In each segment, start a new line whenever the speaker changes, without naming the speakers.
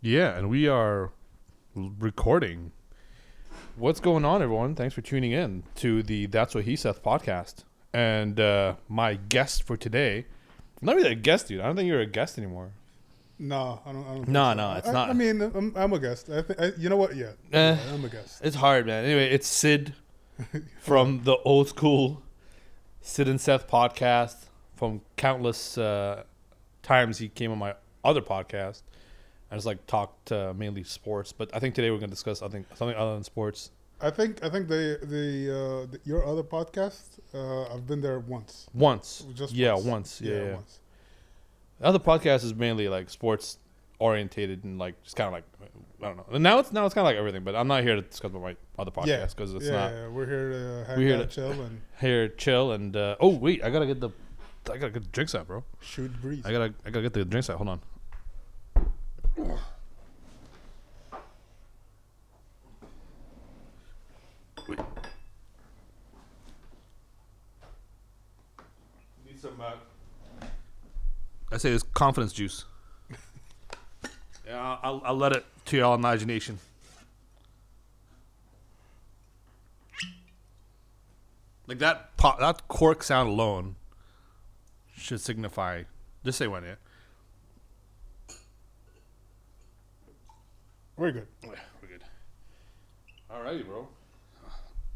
Yeah, and we are l- recording. What's going on, everyone? Thanks for tuning in to the That's What He Saith podcast. And uh, my guest for today, not really a guest, dude. I don't think you're a guest anymore.
No, I don't. I don't think
No,
so.
no, it's
I,
not.
I mean, I'm, I'm a guest. I think I, you know what? Yeah,
Eh.
Yeah, I'm a guest.
It's hard, man. Anyway, it's Sid from the old school Sid and Seth podcast from countless uh, times he came on my other podcast and just like talked uh, mainly sports. But I think today we're going to discuss something, something other than sports.
I think I think the the, uh, the your other podcast. Uh, I've been there once.
Once.
Just
yeah,
once.
once. Yeah, yeah.
once.
The other podcast is mainly like sports orientated and like just kind of like, I don't know. And now it's now it's kind of like everything, but I'm not here to discuss about my other
Yeah,
podcast because it's
yeah,
not.
yeah, we're here to hang
We're here
out,
to-
chill, and
here chill and uh, oh wait i gotta get the i gotta get the drinks out bro
shoot breeze.
i gotta i gotta get the drinks out hold on
Need some. Uh...
i say it's confidence juice yeah I'll- I'll, I'll let it to your imagination like that pop that cork sound alone should signify just say when it
We're good.
Yeah, we're good. Alrighty, bro.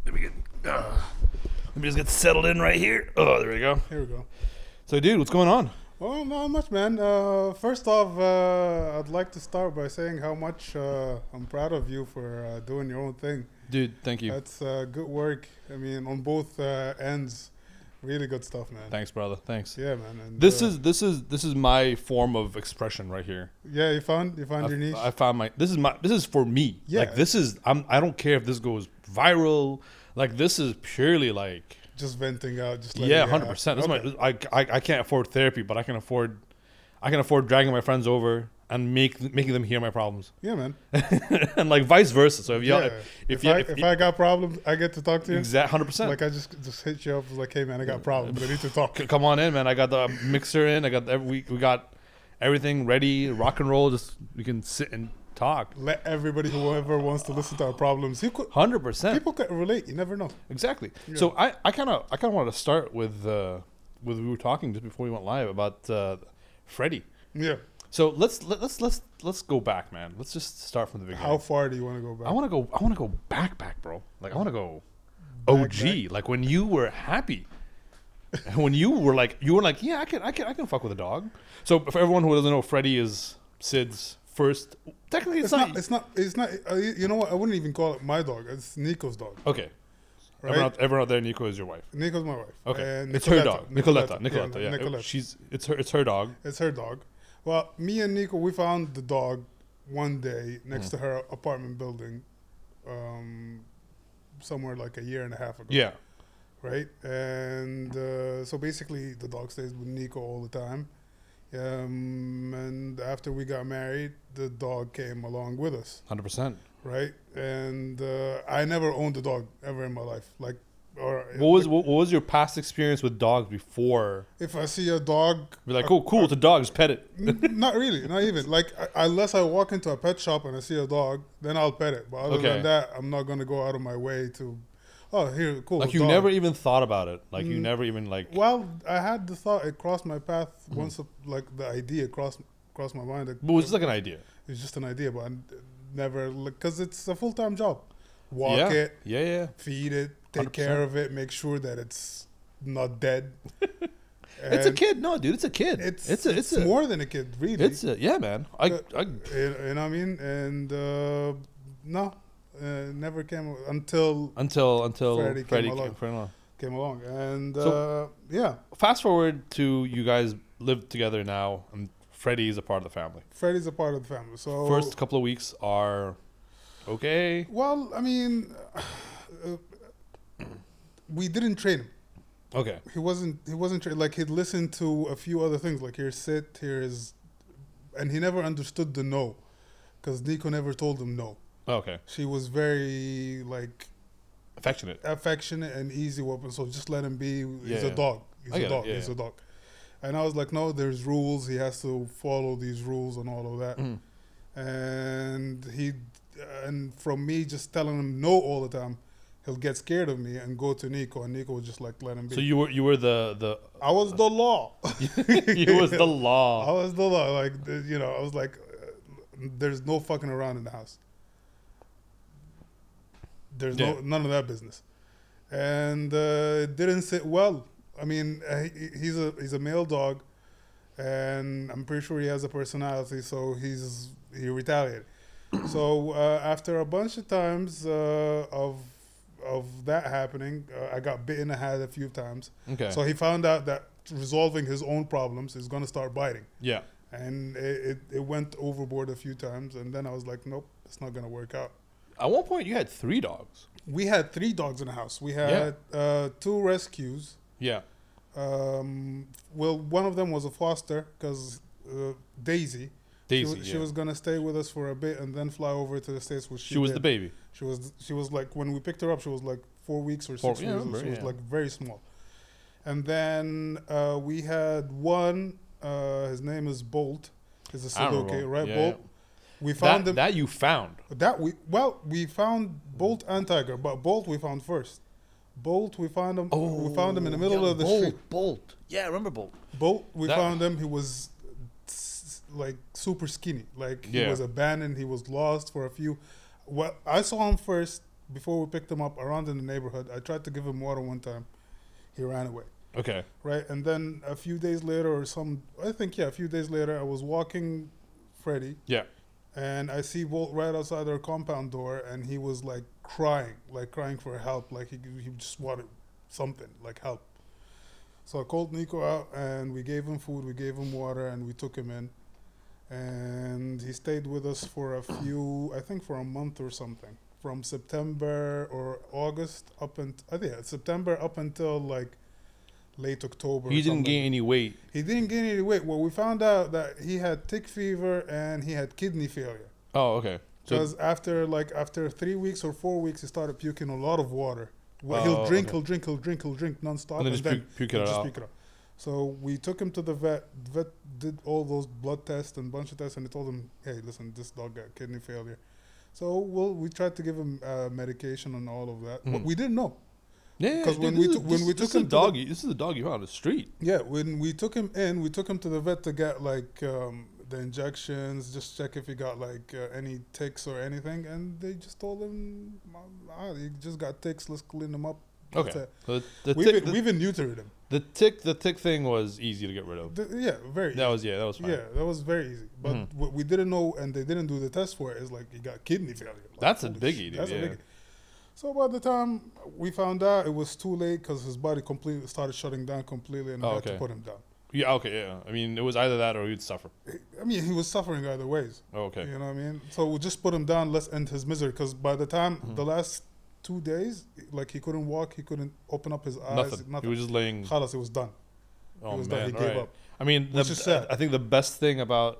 Let me get. Uh, let me just get settled in right here. Oh, there we go.
Here we go.
So, dude, what's going on?
Well, not much, man. Uh, first off, uh, I'd like to start by saying how much uh, I'm proud of you for uh, doing your own thing.
Dude, thank you.
That's uh, good work. I mean, on both uh, ends, really good stuff, man.
Thanks, brother. Thanks.
Yeah, man. And,
This
uh,
is this is this is my form of expression right here.
yeah. You found you found your
I,
niche.
I found my this is my this is for me.
Yeah.
Like this is I'm I don't care if this goes viral. Like this is purely like
just venting out. Just letting
yeah,
it out.
hundred percent. That's
Okay.
my I, I I can't afford therapy, but I can afford I can afford dragging my friends over and make making them hear my problems.
Yeah, man.
and like vice versa. So if y'all,
yeah.
if, if,
If, I,
y'all,
if, I got problems, I get to talk to you.
exact hundred percent.
Like I just just hit you up, like, hey man, I got problems. I need to talk.
Come on in, man. I got the mixer in. I got every, we we got everything ready. Rock and roll. Just we can sit and talk.
Let everybody, whoever wants to listen to our problems, you could,
Hundred percent.
people can relate. You never know.
Exactly. So I I kind of I kind of wanted to start with uh, with we were talking just before we went live about uh, Freddie.
Yeah.
So let's let, let's let's let's go back, man. Let's just start from the beginning.
How far do you want to go back?
I want to go. I want to go back, back, bro. Like I want to go, OG. Like when you were happy, and when you were like, you were like, yeah, I can, I can, I can fuck with a dog. So for everyone who doesn't know, Freddie is Sid's first. Technically, it's,
it's
not.
not. It's not. It's not. Uh, you you know what? I wouldn't even call it my dog. It's Nico's dog.
okay.
Right?
Everyone, out, everyone out there, Nico is your wife.
Nico's my wife.
Okay,
And
it's her
Nicoletta.
dog, Nicoletta. Nicoletta, yeah,
Nicoletta.
she's it's her, it's her dog.
It's her dog. Well, me and Nico, we found the dog one day
Mm.
next to her apartment building, um, somewhere like a year and a half ago.
Yeah,
Right. And uh, so basically, the dog stays with Nico all the time. Um, and after we got married, the dog came along with us.
hundred percent.
Right. And uh, I never owned a dog ever in my life. Like, or
What was what, what was your past experience with dogs before?
if I see a dog
Be like, oh,
uh,
cool, it's a dog. Just pet it.
N- not really, not even. Like I- unless I walk into a pet shop and I see a dog, then I'll pet it. But other
Okay.
than that, I'm not gonna go out of my way to. Oh, here, cool.
Like you
dog."
never even thought about it. Like you
Mm.
never even like.
Well, I had the thought. It crossed my path once. a- Like the idea crossed crossed my mind. It,
Mm-hmm. But it was just like an idea.
it's just an idea, but I n- never because it's a full time job. Walk
yeah.
it,
Yeah, yeah.
feed it, take care of it, make sure that it's not dead.
it's a
And
kid. No, dude, it's a kid.
It's
It's it's a, it's, a,
more than a kid, really.
it's a, yeah, man. I,
Uh,
I
You know what I mean? And uh, no, uh, never came until
until until Freddie,
Freddie came
came,
along.
Freddie along.
came along. And uh,
So-
yeah,
Fast forward to you guys live together now, and Freddie is a part of the family.
Freddie's a part of the family. So
First couple of weeks are okay.
well, I mean, uh, we didn't train him.
Okay.
He wasn't. He wasn't trained. Like he'd listen to a few other things, like here's sit, here's, and he never understood the no, because Nico never told him no.
Okay.
She was very like
Affectionate.
affectionate and easy weapon. So just let him be. He's
Yeah.
a dog. He's
I
a
get it.
dog.
Yeah,
He's
yeah.
a dog. And I was like, no, there's rules. He has to follow these rules and all of that.
Mm.
and he and from me just telling him no all the time, he'll get scared of me and go to Nico, and Nico would just like let him be.
So you were you were the the
I was the law.
you was the
I
law.
was the law. Like th- you know, I was like, uh, there's no fucking around in the house. There's no
Yeah.
none of that business, and uh, it didn't sit well. I mean, uh, he, he's a he's a male dog, and I'm pretty sure he has a personality, so he's he retaliated. so uh, after a bunch of times uh, of of that happening, uh, I got bit in the head a few times.
Okay.
Oh. So he found out that resolving his own problems is going to start biting.
yeah.
And it, it, it went overboard a few times. And then I was like, nope, it's not going to work out.
At one point, you had three dogs.
We had three dogs in the house. We had uh, two rescues.
Yeah.
Um, well, one of them was a foster because uh, Daisy. She,
Daisy.
wa-
yeah.
she was going to stay with us for a bit and then fly over to the States, which she,
she was
did.
the baby.
She was she was like when we picked her up, she was like four weeks or
Four-
six
yeah, I
weeks.
remember,
she was
yeah.
like very small. And then uh, we had one. Uh, his name is Bolt. He's a
I remember
Sudoku,
Bolt.
right?
Yeah,
Bolt. We
That,
found him.
that you found.
That, we well we found Bolt and Tiger, but Bolt we found first. Bolt we found him. we
Oh,
found him in the middle
yeah,
of the
Bolt,
street.
Bolt. Yeah, I remember Bolt.
Bolt we
That-
found him. He was s- like super skinny. Like he
Yeah.
was abandoned. He was lost for a few. Well, I saw him first before we picked him up around in the neighborhood. I tried to give him water one time. He ran away.
Okay.
Right, and then a few days later, or some, I think yeah, a few days later, I was walking Freddy,
Yeah.
and I see Bolt right outside our compound door, and he was like crying, like crying for help, like he, he just wanted something, like help. So I called Nico out, and we gave him food, we gave him water, and we took him in, and he stayed with us for a few, I think for a month or something, from September or August up and I think yeah, September up until like late October.
He
or
didn't
something.
gain any weight.
He didn't gain any weight. Well, we found out that he had tick fever and he had kidney failure.
Oh, okay. So
Because after like after three weeks or four weeks, he started puking a lot of water. Well, he'll
Oh,
drink,
okay.
he'll drink, he'll drink, he'll drink
And then
nonstop, and
just
then
puke- puke it
he'll
out.
So we took him to the vet. The vet did all those blood tests and bunch of tests, and they told him, "Hey, listen, this dog got kidney failure." So we'll, we tried to give him uh, medication and all of that. But
Mhm.
we didn't know.
yeah, yeah,
'cause when
dude,
we
this
took-
is-
when
this-
we
this
took
is a
him to the-
dog, you- this is a dog you found on the street.
Yeah, when we took him in, we took him to the vet to get like um, the injections, just check if he got like uh, any ticks or anything, and they just told him, ah, he just got ticks. Let's clean him up. That's
Okay.
it.
The, the,
We've,
tick,
been,
the,
we've been neutered him.
the tick the tick thing was easy to get rid of.
Th- yeah, very.
Oh. That was yeah, that was
easy.
fine.
yeah, that was very easy. But
Mhm.
what we didn't know, and they didn't do the test for it, is like he got kidney failure. Like,
That's a
holy
biggie,
shit,
dude, yeah.
So by the time we found out, it was too late because his body completely started shutting down completely, and we
Oh,
had to
okay.
put him down.
Yeah, okay, yeah. I mean, it was either that or you'd suffer.
I mean, he was suffering either ways.
Oh, okay.
You know what I mean? So we'll just put him down. Let's end his misery. Because by the time
Mm-hmm.
the last two days, like he couldn't walk, he couldn't open up his eyes.
nothing. He was just laying.
Khalas, it was done.
Oh
it was
man,
done. He
all
gave
right.
up.
I mean, the,
Which is sad.
I think the best thing about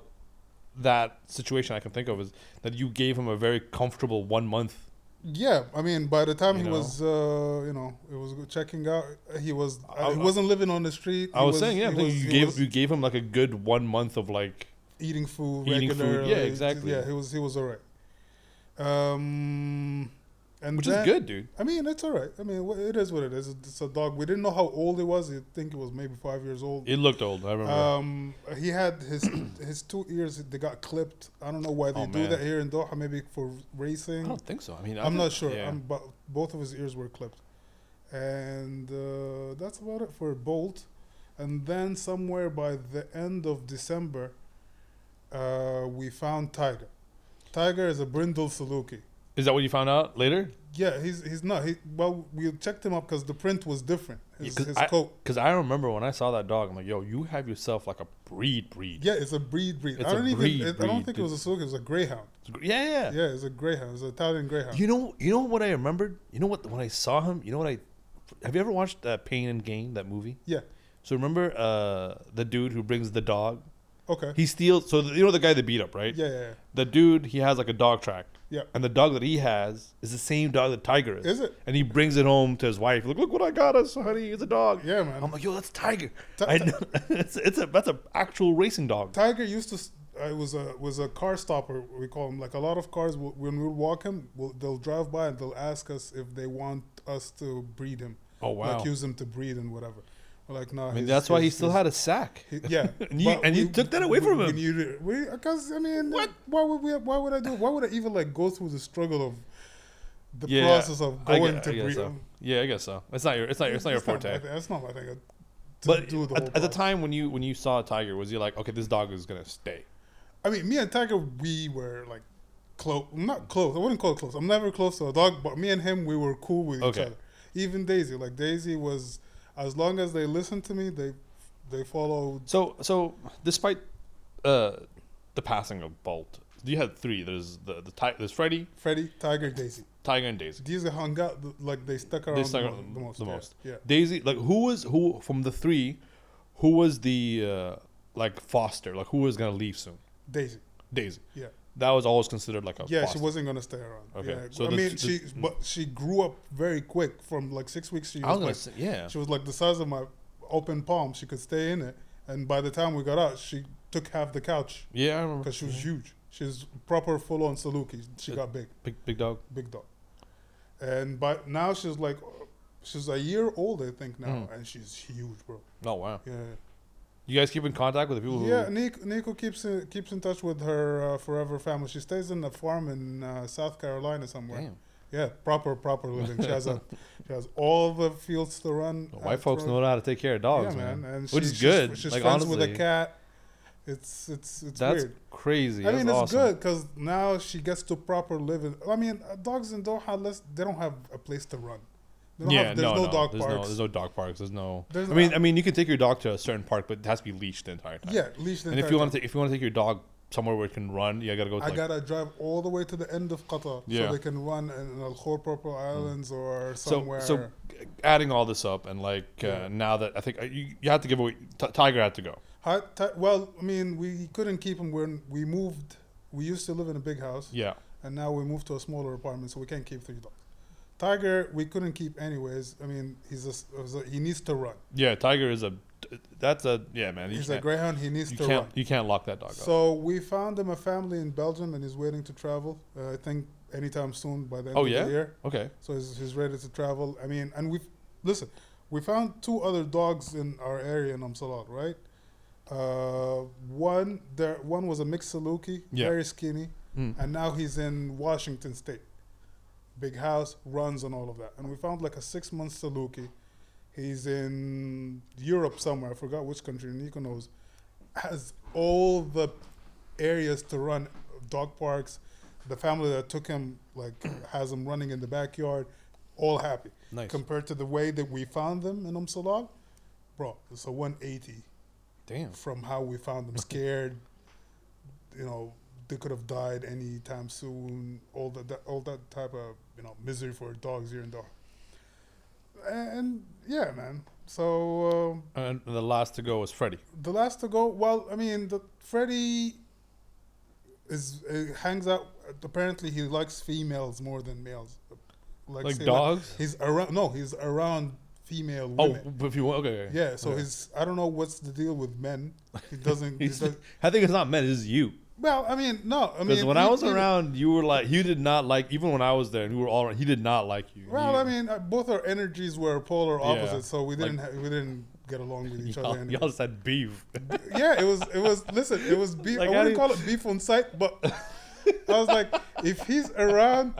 that situation I can think of is that you gave him a very comfortable one month.
Yeah, I mean, by the time
You
he
know?
was, uh, you know, it was checking out. He was. uh,
I-
he wasn't living on the street.
I
he
was, saying, yeah, I
he
think you
was- he
gave
was
you gave him like a good one month of like
eating food
Eating food, yeah,
regularly.
exactly.
Yeah, he was. He was alright. Um, and
which
then,
is good, dude.
I mean, it's all right. I mean, wh- it is what it is. It's a dog. We didn't know how old he was. You think he was maybe five years old.
It looked old. I remember.
Um, he had his his two ears. They got clipped. I don't know why they
Oh,
do
man.
that here in Doha. Maybe for
I
racing.
don't think so. I mean, I
I'm
think-
not sure.
yeah.
I'm, but both of his ears were clipped, and uh, that's about it for Bolt. And then somewhere by the end of December, uh, we found Tiger. Tiger is a brindle saluki.
Is that what you found out later?
Yeah, he's he's not. He, well, we checked him up because the print was different. His,
Because
his
I,
coat.
'cause I remember when I saw that dog, I'm like, yo, you have yourself like a breed, breed.
Yeah, it's a breed, breed.
It's
I
a
don't even.
breed,
I don't
breed,
think it was a saluki. It was a greyhound.
It's gr- yeah, yeah.
Yeah, it's a greyhound. It's an Italian greyhound.
You know, you know what I remembered. You know what when I saw him. You know what I. Have you ever watched uh, Pain and Gain that movie?
yeah.
So remember uh, the dude who brings the dog?
Okay.
He steals. So the, you know the guy they beat up, right?
yeah, yeah,
The dude he has like a dog track.
yeah.
And the dog that he has is the same dog that Tiger is.
Is it?
And he brings it home to his wife. Look, look what I got us, honey. It's a dog.
Yeah, man.
I'm like, yo, that's Tiger.
Ti-
I
ti-
know. it's, it's a that's an actual racing dog.
Tiger used to. s- I was a was a car stopper. We call him like a lot of cars. w- When we'll walk him, we'll, they'll drive by and they'll ask us if they want us to breed him,
Oh wow!
like use him to breed and whatever. We're like, no.
I mean, that's why he still had a sack.
yeah,
And you-
but
and you took that away from
we-
him.
We needed, we, cause I mean, what? Why would we? Why would I do? Why would I even like go through the struggle of the
Yeah,
process of
I gue-
going
I
to
guess
breed?
so.
him?
Yeah, I guess so. It's not your. It's not your. It's not your forte.
my thing. That's not my thing. To
but
do the
at,
whole
at the
process.
time when you when you saw a tiger, was you like, okay, this dog is gonna stay?
I mean, me and Tiger, we were like close. Not close. I wouldn't call it close. I'm never close to a dog, but me and him, we were cool with
Okay.
each other. Even Daisy, like Daisy was, as long as they listened to me, they they followed.
So so despite uh the passing of Bolt, you had three. There's the the ti- there's Freddy,
Freddie, Tiger, Daisy.
Tiger, and Daisy.
These hung out th- like they stuck around
They stuck
the,
out
mo- the most.
the
yeah,
most.
Yeah.
Daisy, like who was who from the three? Who was the uh like foster? Like who was gonna leave soon?
Daisy.
Daisy.
Yeah.
That was always considered like a
Yeah,
Oh, foster.
she wasn't gonna stay around.
Okay,
Yeah.
so
I
the-
mean,
the-
she but she grew up very quick. From like six weeks, she
I was
was
gonna
like
say yeah.
She was like the size of my open palm. She could stay in it. And by the time we got out, she took half the couch
Yeah, I remember.
because she was huge. She was proper full on Saluki. She got big,
Big big dog.
big dog. And by now she's like, she's a year old, I think now,
Mm.
and she's huge, bro.
Oh wow.
Yeah.
You guys keep in contact with the people who
Yeah. Nico, Nico keeps in, keeps in touch with her uh, forever family. She stays in a farm in uh, South Carolina somewhere.
Damn.
Yeah, proper proper living. She has a, she has all the fields to run.
The white folks
know.
know how to take care of dogs,
yeah,
man.
man. And
Which
she-
is
she's-
good,
She's,
like,
friends with a
honestly.
cat. It's it's it's
That's
weird.
crazy.
I mean,
That's
it's
awesome.
good because now she gets to proper living. I mean, uh, dogs in Doha, less, they don't have a place to run. They don't
Yeah,
have, there's
no,
no, dog
there's No,
parks.
there's no dog parks. There's no.
There's
I mean,
no-
I mean, you can take your dog to a certain park, but it has to be leashed the entire time.
yeah, leash. the
And if
entire
you want
time.
to, if you want to take your dog somewhere where it can run, you gotta go. To
I
like,
gotta drive all the way to the end of Qatar
Yeah. Mm.
so they can run in Al Khor Purple Islands or
so
somewhere.
so, adding all this up, and like uh,
Yeah.
now that I think uh, you you had to give away. T- Tiger had to go.
Hi- ti- well, I mean, we couldn't keep him when we moved. We used to live in a big house.
Yeah,
and now we moved to a smaller apartment, so we can't keep three dogs. Tiger, we couldn't keep anyways. I mean, he's a, s- he's a- he needs to run.
yeah. Tiger is a. That's a yeah, man. You
He's a
can't,
greyhound. He needs
you
to
can't
run.
you can't lock that dog up.
So we found him a family in Belgium, and he's waiting to travel. Uh, I think anytime soon by the end
Oh,
of
yeah?
the year.
Okay.
So he's, he's ready to travel. I mean, and we listen. We found two other dogs in our area in Amsalat, right? Uh, one there, one was a mixed Saluki,
Yeah.
very skinny,
Mm.
and now he's in Washington State. Big house, runs, and all of that. And we found like a six month Saluki. He's in Europe somewhere. I forgot which country. Nico knows. Has all the areas to run, dog parks. The family that took him like has him running in the backyard, all happy.
Nice.
Compared to the way that we found them in Umsalag, bro, it's a 180
Damn.
from how we found them scared. You know, they could have died any time soon. All that, that all that type of you know misery for dogs here in Doha. And yeah, man. So um,
And the last to go was Freddie.
the last to go. Well, I mean, the Freddy is uh, hangs out. Apparently, he likes females more than males.
Like
say,
dogs?
he's around. No, he's around female
Oh,
women.
but if you want, okay. okay.
Yeah, so
Okay.
he's I don't know what's the deal with men. He doesn't. he
He's-
does,
I think it's not men. It's you.
well, I mean, no, I mean,
Because when I
he-
was
he-
around, you were like, you did not like, even when I was there and we were all around, he did not like you.
Well,
You-
I mean, uh, both our energies were polar opposites,
Yeah.
so we
Like-
didn't ha- we didn't get along with each other.
y'all,
anyway.
y'all said beef.
yeah, it was it was listen, it was beef.
Like,
I
how do
wouldn't
you-
call it beef on sight, but I was like, if he's around,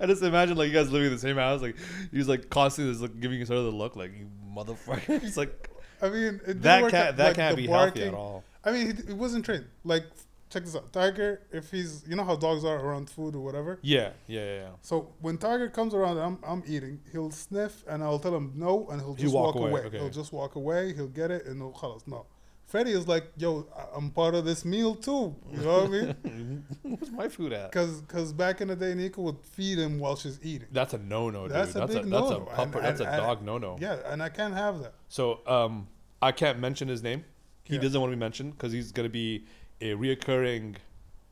I just imagine like you guys living in the same house. Like he was like constantly just like giving each other the look, like you motherfucker. It's like
I mean, it didn't
that
work
can't
out,
that
like,
can't
the
be healthy at
barking.
all.
I mean, he, he wasn't trained. Like, check this out, Tiger. If he's, you know how dogs are around food or whatever.
Yeah, yeah, yeah. yeah.
So when Tiger comes around, and I'm I'm eating. He'll sniff, and I'll tell him no, and he'll
He'll
just
walk
walk,
away,
away.
okay.
He'll just walk away. He'll get it, and he'll call us. No, Freddie is like, yo, I- I'm part of this meal too. You know what I mean?
Where's my food at?
Because back in the day, Nico would feed him while she's eating.
That's a no no, dude. That's
That's
a
a
that's a,
big no-no.
pupper.
And-
that's a
and-
dog no no.
Yeah, and I can't have that.
So um, I can't mention his name. He
Yeah.
doesn't want to be mentioned because he's gonna be a reoccurring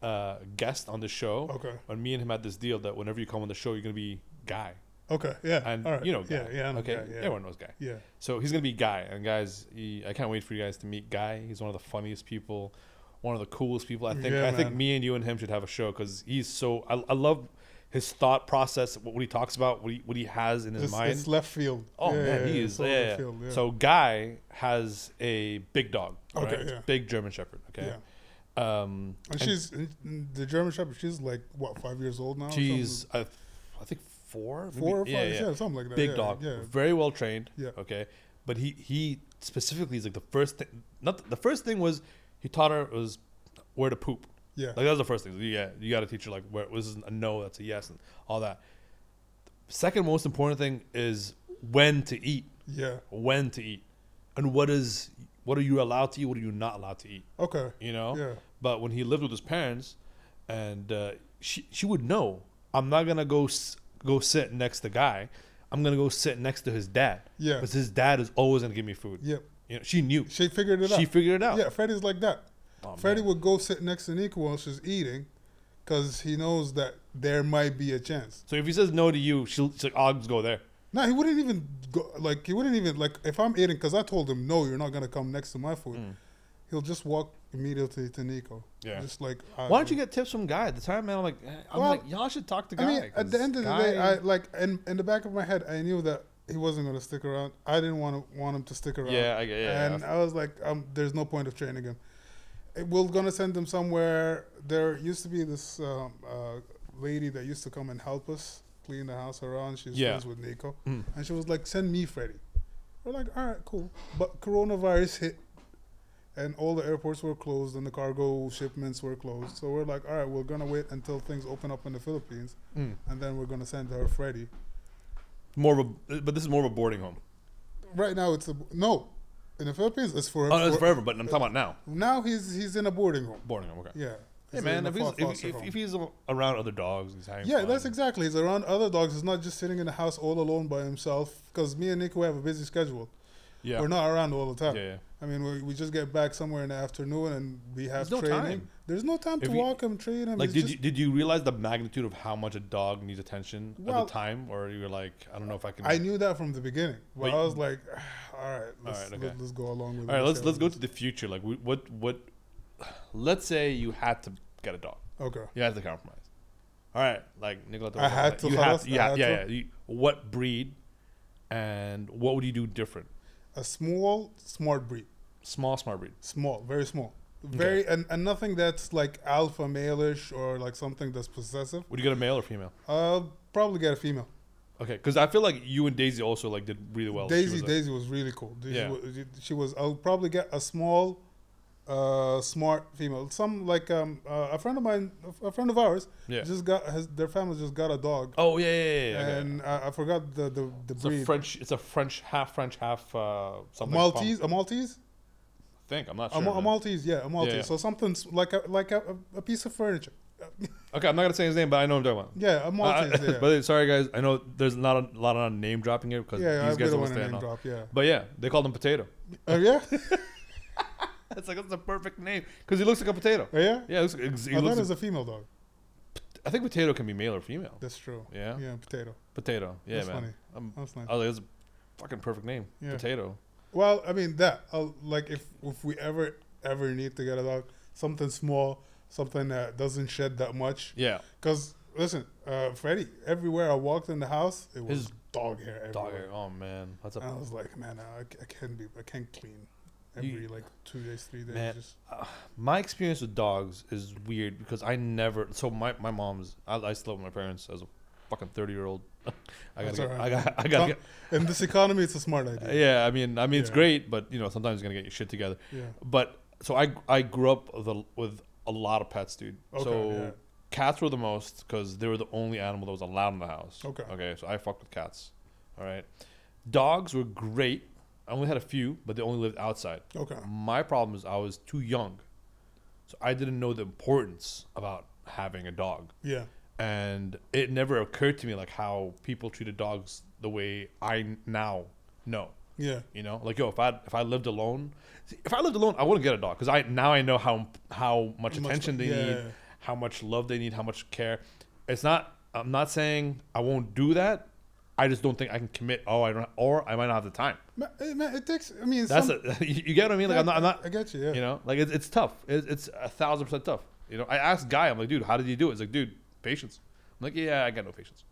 uh, guest on the show.
Okay.
And me and him had this deal that whenever you come on the show, you're gonna be guy.
Okay. Yeah.
And
All right.
you know, guy.
Yeah. Yeah. I know
okay,
Guy, yeah.
everyone knows guy.
Yeah.
So he's gonna be Guy, and guys, he, I can't wait for you guys to meet Guy. He's one of the funniest people, one of the coolest people. I think
Yeah,
I think
man.
me and you and him should have a show because he's so. I, I love his thought process, what, what he talks about, what he what he has in his
It's,
mind.
it's left field.
Oh
Yeah,
man,
yeah,
he
yeah,
is.
it's all
yeah,
left
yeah.
field, yeah.
So Guy has a big dog.
Okay,
right?
yeah.
Big German Shepherd. Okay. Um,
And she's and the German Shepherd. She's like what five years old now. or something?
she's I, I think four, maybe-
four or five.
yeah, yeah.
something like that.
Big
yeah,
dog,
Yeah,
very well trained.
Yeah.
Okay, but he he specifically is like the first thing. Not th- the first thing was he taught her was where to poop.
yeah.
Like that was the first thing. Yeah, you got to teach her like where this is a no, that's a yes, and all that. Second most important thing is when to eat.
yeah.
when to eat and what is what are you allowed to eat what are you not allowed to eat
Okay.
you know
Yeah.
but when he lived with his parents and uh, she she would know i'm not gonna go s- go sit next to guy i'm gonna go sit next to his dad
Yeah.
because his dad is always gonna give me food
Yeah.
you know, she knew
She figured it out.
she figured it out
Yeah, Freddy's like that.
Oh,
Freddy
man.
would go sit next to Nico while she's eating, because he knows that there might be a chance.
so if he says no to you she'll she's like i'll just go there
No, he wouldn't even go. Like he wouldn't even like if I'm eating, because I told him no, you're not gonna come next to my food. He'll just walk immediately to Nico.
Mm. Yeah.
Just like
why don't you get tips from guy at the time man i'm like eh, i'm
Well,
like y'all should talk to guy
I mean, at
'cause
the end of the
Guy-
day, I like in in the back of my head, I knew that he wasn't going to stick around. I didn't want to want him to stick around.
yeah, I, yeah, yeah
and I was like, um, there's no point of training him. Eh, We're gonna send him somewhere. There used to be this um, uh, lady that used to come and help us clean the house around. She's
Yeah.
friends with Nico,
Mm.
and she was like, "Send me Freddy." We're like, "All right, cool." But coronavirus hit, and all the airports were closed, and the cargo shipments were closed. So we're like, "All right, we're gonna wait until things open up in the Philippines,
Mm.
and then we're gonna send her Freddy."
more of a but this is more of a boarding home
Right now, it's a no. In the Philippines, it's for,
oh no, it's
for-
forever but i'm talking about now
now. He's he's in a boarding home.
boarding home okay
Yeah.
Hey
He's in
man,
a
if he's,
fo-
if,
foster
if,
home.
if he's a- around other dogs, he's having
yeah,
fun.
that's exactly. He's around other dogs. He's not just sitting in the house all alone by himself. Because me and Nico have a busy schedule.
yeah.
We're not around all the
yeah,
time.
yeah.
I mean, we, we just get back somewhere in the afternoon and we
There's
have
no
training.
time.
There's no time
If
to
you-
walk him, train him.
Like,
It's
did
just-
you, did you realize the magnitude of how much a dog needs attention
Well-
at the time, or you were like, I don't know if I can.
I knew that from the beginning. But
Wait.
I was like, all right, let's,
right,
let,
okay.
us go along with
All right,
it.
let's let's go to the future. Like, we- what what? Let's say you had to get a dog.
Okay.
You had to compromise. All right, like Nicola.
I had to,
You
Khalas,
have, you
I
have,
had
yeah, yeah.
to.
You, what breed, and what would you do different?
A small, smart breed.
Small, smart breed.
Small, very small. Very and, and nothing that's like alpha maleish or like something that's possessive.
Would you get a male or female?
I'll probably get a female.
Okay, because I feel like you and Daisy also like did really well. She
Daisy,
was a-
Daisy was really cool. Daisy
Yeah.
was, she was. I'll probably get a small, uh, smart female. Some like um, uh, a friend of mine, a friend of ours,
Yeah.
just got has, their family just got a dog,
Oh yeah, yeah, yeah. yeah, okay.
and uh, I forgot the the, the
It's a
breed.
French. It's a French half French half uh, something.
Maltese,
pom-
a Maltese,
I think I'm not
a,
sure.
Mal- a
man.
Maltese, yeah, a Maltese.
yeah.
So something s- like a like a, a- a piece of furniture.
okay, I'm not gonna say his name, but I know what I'm talking
Yeah, a
about.
Maltese.
Uh,
yeah,
but sorry guys, I know there's not a lot of name dropping here because
yeah, I
these guys
really
don't
want to
stand
name
up.
drop. Yeah,
But yeah, they called him Potato.
Oh yeah,
That's like that's the perfect name because he looks like a potato.
Oh, yeah.
Yeah, it looks, ex- he
I thought
looks,
it was a female dog.
I think Potato can be male or female.
That's true.
Yeah,
Yeah, potato.
Potato. Yeah,
That's
man. Uh,
funny.
I'm,
That's nice.
I was like, that's a fucking perfect name.
Yeah.
Potato.
Well, I mean that. Uh, like if if we ever ever need to get a dog, something small, something that doesn't shed that much.
Yeah,
Cause listen, uh, Freddie, everywhere I walked in the house, it was
His
dog hair everywhere.
dog. Oh man, that's a
And I was like, man, I, I can't be, I can't clean every
You-
like two days, three days.
Man.
Just
my experience with dogs is weird because I never. So my my mom's. I, I still live with my parents as a fucking thirty year old. I gotta.
That's
Get,
all right.
I got. I gotta.
in this economy, it's a smart
Get,
idea.
yeah, I mean, I mean, it's
Yeah.
great, but you know, sometimes you're gonna get your shit together.
Yeah.
But so I I grew up with a, with a lot of pets, dude.
Okay,
so
yeah.
cats were the most because they were the only animal that was allowed in the house.
Okay.
Okay. So I fucked with cats. All right. Dogs were great. I only had a few, but they only lived outside.
Okay.
My problem is I was too young, so I didn't know the importance about having a dog,
Yeah.
and it never occurred to me like how people treated dogs the way I now know.
Yeah.
You know, like yo, if I if I lived alone, see, if I lived alone, I wouldn't get a dog because I now I know how how much
Much-
attention they
yeah,
need,
yeah, yeah.
how much love they need, how much care. It's not. I'm not saying I won't do that. I just don't think I can commit. Oh, I don't, or I might not have the time.
Ma- eh, man, it takes. I mean,
That's
some,
it. You you get what I mean? Like I'm not, I'm not
I get you. Yeah.
you know, like it's, it's tough. It, it's a thousand percent tough. You know, I asked Guy, I'm like, dude, how did you do it? He's like, dude, patience. I'm like, yeah, I got no patience.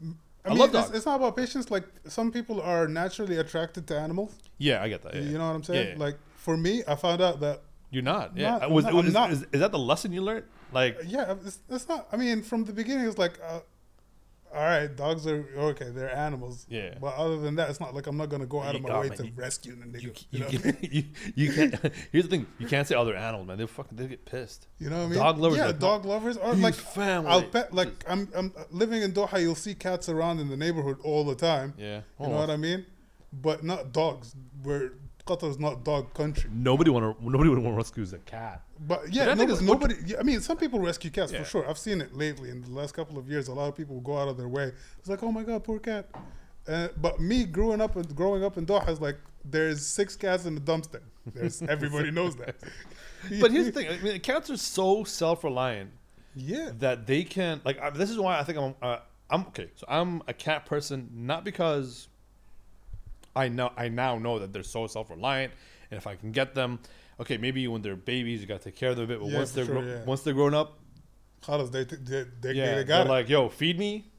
I,
I
mean,
love
it's,
dogs.
it's not about patience. Like some people are naturally attracted to animals.
Yeah, I get that. Yeah,
You
yeah.
know what I'm saying?
yeah.
Like for me, I found out that
You're not. Yeah,
Not-
was,
I'm
was-
not- Uh,
Is, is that the lesson you learned? Like,
yeah, it's, it's not. I mean, from the beginning, it's like, uh, all right, dogs are okay. They're animals.
Yeah.
But other than that, it's not like I'm not gonna go out
You
of my
got
way
me.
to
You-
rescue the nigga.
you,
You,
you,
know?
can, you, you can't. Here's the thing: you can't say other animals, man. They fucking they get pissed.
You know what I mean?
Dog lovers
Yeah,
like,
dog lovers are
"He's
like
family."
I'll pet like I'm I'm living in Doha. You'll see cats around in the neighborhood all the time.
Yeah. Oh.
You know what I mean? But not dogs. Where Qatar's not dog country.
Nobody want to. Nobody would want to rescue the cat.
But yeah,
But I think
nobody.
it's
nobody yeah, I mean, some people rescue cats
Yeah.
for sure. I've seen it lately in the last couple of years. A lot of people go out of their way. It's like, oh my god, poor cat. Uh, but me growing up and growing up in Doha is like there's six cats in the dumpster. There's everybody knows that.
But here's the thing: I mean, cats are so self-reliant
yeah,
that they can like I, this is why I think I'm uh, I'm okay. So I'm a cat person not because I know I now know that they're so self-reliant and if I can get them okay maybe when they're babies you got to take care of them a bit but
Yeah,
once
for
they're
sure,
gro-
yeah.
once they're grown up
Khalas, they they they,
yeah
they
they
got
are
it.
like yo feed me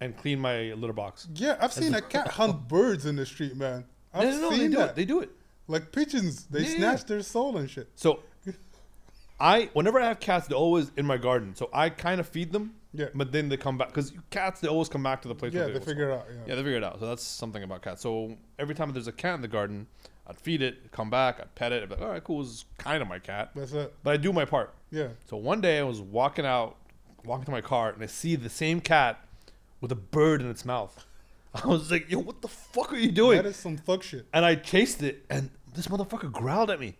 and clean my litter box.
yeah, I've seen a cat hunt birds in the street, man. I've
no, no, no,
seen
they do
that.
it. They do it.
like pigeons, they
Yeah, yeah.
snatch their soul and shit.
So I whenever I have cats, they're always in my garden. So I kind of feed them.
Yeah.
But then they come back because cats they always come back to the place.
Yeah,
where
they
was-
figure it out. Yeah.
Yeah, they figure it out. So that's something about cats. So every time there's a cat in the garden, I'd feed it, come back, I'd pet it. I'd be like, all right, cool, this is kind of my cat.
that's it.
But I do my part.
Yeah,
So one day I was walking out, walking to my car, and I see the same cat with a bird in its mouth. I was like, yo, what the fuck are you doing?
that is some fuck shit.
and I chased it, and this motherfucker growled at me.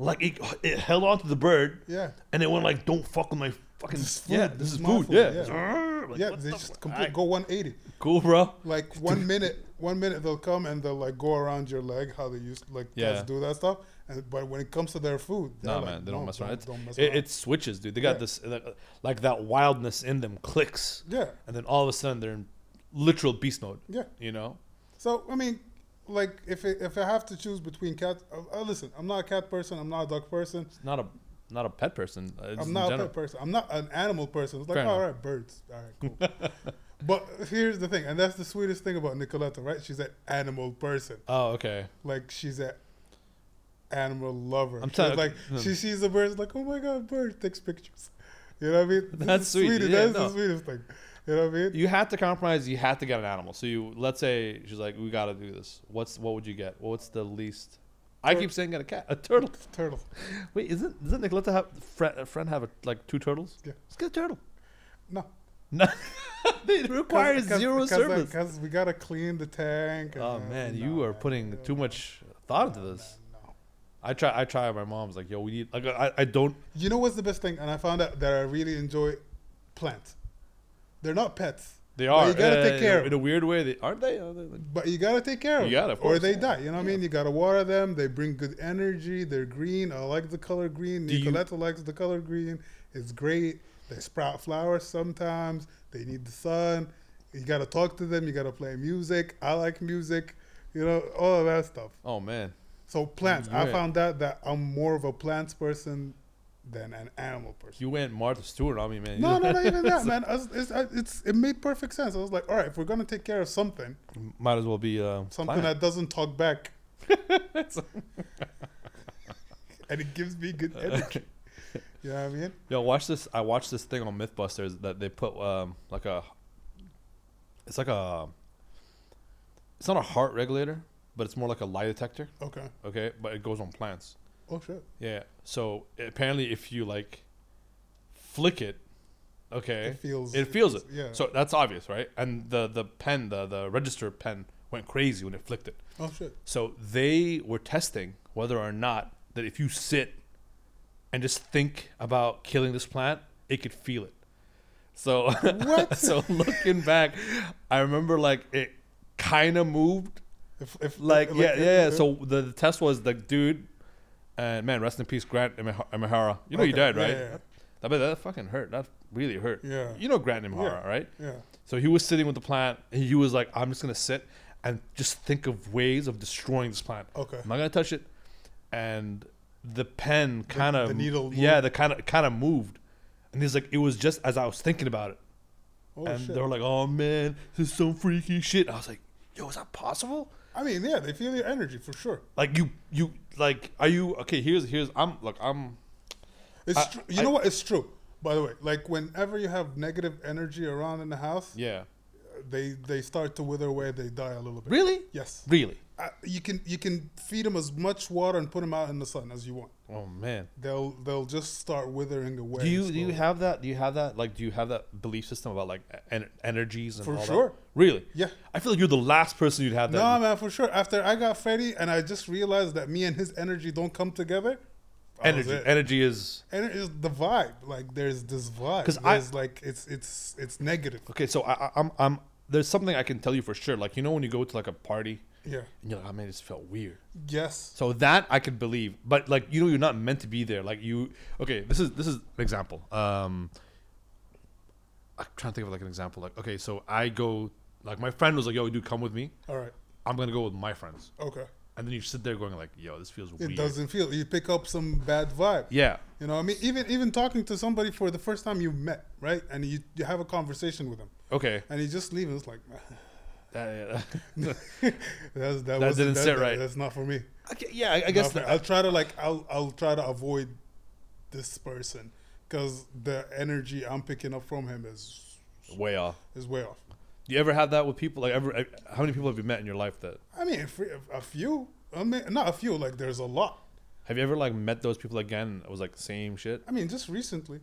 Like it, it held on to the bird,
Yeah.
and it went like, "Don't fuck with my fucking
This is food.
yeah,
This
this,
is
is
my
food,
food,
yeah."
yeah.
It's, like,
Yeah,
what
they
the
just
fuck?
complete,
Aight,
go 180.
cool, bro.
Like one minute, one minute they'll come and they'll like go around your leg, how they used like
Yeah.
cats do that stuff. And but when it comes to their food, they're
No
like,
man, they don't mess around. It's,
don't mess
it,
around."
it switches, dude. They got
Yeah.
this like, like that wildness in them clicks,
yeah,
and then all of a sudden they're in literal beast mode.
yeah.
You know,
So I mean, like if it, if I have to choose between cats, uh, uh, listen, I'm not a cat person. I'm not a dog person.
it's not a not a pet person. uh, just
I'm
in
not a
general.
pet person. I'm not an animal person. It's like,
Fair
all
enough.
right, birds. All right, cool. but here's the thing, and that's the sweetest thing about Nicoletta, right? She's an animal person.
Oh, okay.
like she's a animal lover.
I'm
She's
telling-
like
no.
she sees the birds like, oh my god, bird takes pictures. You know what I mean? This
That's
is
sweet,
sweetest-
yeah,
that's the
no.
sweetest thing. You know what I mean?
You had to compromise. You had to get an animal. So you, let's say she's like, we got to do this. What's what would you get? What's the least? I
Tur-
keep saying get a cat, a turtle.
Turtle.
Wait, isn't doesn't Nicoletta have friend, a friend have a, like two turtles?
Yeah.
Let's get a turtle.
No.
No, it requires zero service.
Because uh, we gotta clean the tank. and,
Oh
uh,
man,
no,
you are
man,
putting
no,
too
no,
much thought into
no,
this.
no, no.
I try. I try. My mom's like, "Yo, we need." Like, I, I don't.
You know what's the best thing? And I found out that I really enjoy plants. They're not pets.
They
Well,
are.
you gotta
uh,
take care of
in a weird way. They aren't they? Are they like,
But you gotta take care of
You
them,
gotta, of
or
course,
they
yeah.
die. You know what I mean? You gotta water them. They bring good energy. They're green. I like the color green.
Do you-
Nicoletta likes the color green. It's great. They sprout flowers sometimes. They need the sun. You gotta talk to them. You gotta play music. I like music. You know all of that stuff.
oh man,
So plants.
You're
I
right.
found out that I'm more of a plants person than an animal person.
you went Martha Stewart on me, man.
no, no, not even that, man. I was- It's, I- it's, it made perfect sense. I was like, all right, if we're gonna take care of something,
Might as well be uh,
something
plant.
that doesn't talk back. and it gives me
Uh,
good energy. You know what I mean?
Yo, watch this. I watched this thing on MythBusters that they put um like a. It's like a. It's not a heart regulator, but it's more like a lie detector.
Okay.
Okay, but it goes on plants.
Oh shit.
Yeah. So apparently, if you like, flick it, okay,
It feels.
it feels it.
Yeah.
So that's obvious, right? And the the pen, the the register pen went crazy when it flicked it.
oh shit.
So they were testing whether or not that if you sit and just think about killing this plant, it could feel it. So
What?
so looking back, I remember like it kind of moved
If, if
like
if-
yeah
if-
yeah, yeah.
if-
so the, the test was the dude and man rest in peace grant Imih- imahara you know he
Okay,
died
yeah,
right
yeah, yeah.
That, but that fucking hurt. That really hurt.
Yeah.
You know Grant Nimhara,
Yeah.
right?
Yeah.
So he was sitting with the plant. And he was like, I'm just going to sit and just think of ways of destroying this plant.
Okay.
I'm not going to touch it. And the pen kind of
the needle
Yeah, the kind of kind of moved. And he's like, it was just as I was thinking about it.
Oh
and
shit.
they were like, oh man, this is some freaky shit. I was like, yo, is that possible?
I mean, yeah, they feel your energy for sure.
Like you you like are you okay, here's here's I'm look, I'm
It's
I-
tr- you
I-
know what? It's true. By the way, like whenever you have negative energy around in the house,
yeah.
they they start to wither away. They die a little bit.
Really?
Yes.
Really?
Uh, you can you can feed them as much water and put them out in the sun as you want.
Oh man.
They'll they'll just start withering away.
Do you do you
slowly.
have that? Do you have that? Like, do you have that belief system about like e-, en- energies and
For
all that?
sure.
Really?
Yeah.
I feel like you're the last person you'd have that.
No, man, for sure. After I got Freddy and I just realized that me and his energy don't come together. that was
energy.
it.
Energy is
and it is the vibe. Like there's this vibe.
'Cause
Because
I-
there's like it's it's it's negative.
okay. So I, I, I'm I'm there's something I can tell you for sure. Like you know when you go to like a party
Yeah.
and you're like, oh man, this felt weird.
Yes.
So that I can believe, but like you know, you're not meant to be there. Like you, okay, this is this is an example. Um, I'm trying to think of like an example. Like okay, so I go, like my friend was like, "Yo, dude, come with me."
All right.
I'm gonna go with my friends,
Okay.
and then you sit there going like, "Yo, this feels
It
weird."
doesn't feel. You pick up some bad vibe.
Yeah,
You know, what I mean, even even talking to somebody for the first time you met, right? And you, you have a conversation with them,
Okay.
and you just leave. And it's like,
That,
that's, that, wasn't-
didn't sit
that-
right.
That's not for me.
okay yeah, I, I guess.
Not for-
That,
I'll try to like I'll I'll try to avoid this person because the energy I'm picking up from him is
way off.
is way off.
You ever had that with people? Like, ever? I- How many people have you met in your life that
I mean, if we- a few. I mean, not a few. Like there's a lot.
have you ever like met those people again? And it was like same shit.
I mean, just recently,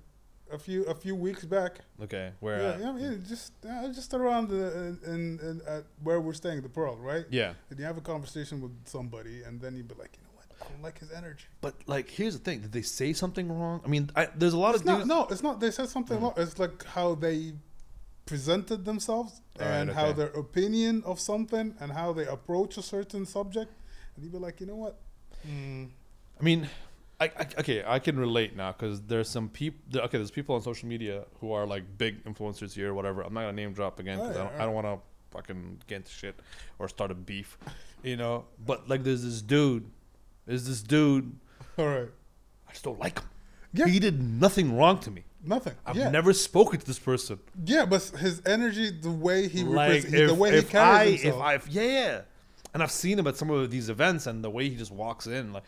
a few a few weeks back.
Okay, where?
Yeah,
at?
yeah, yeah, just uh, just around the, in, in, in, at where we're staying, the Pearl, right?
Yeah.
And you have a conversation with somebody, and then you'd be like, you know what? I don't like his energy.
But like, here's the thing: did they say something wrong? I mean, I, there's a lot
It's
of dudes.
not, no, it's not. They said something wrong. It's like how they presented themselves
All right,
and how
okay.
their opinion of something and how they approach a certain subject. And you'd be like, you know what? Mm,
I mean, I, I okay, I can relate now because there's some people. Okay, there's people on social media who are like big influencers here, or whatever. I'm not gonna name drop again because I
Alright,
don't, I don't want to fucking get into shit or start a beef, you know. But like, there's this dude. There's this dude.
all right.
I just don't like him.
Yeah.
He did nothing wrong to me.
Nothing.
I've
yeah.
never spoken to this person.
yeah, but his energy, the way he
like
represents,
if,
the way
if
he carries
I,
himself.
if I, if- yeah, yeah, and I've seen him at some of these events, and the way he just walks in, like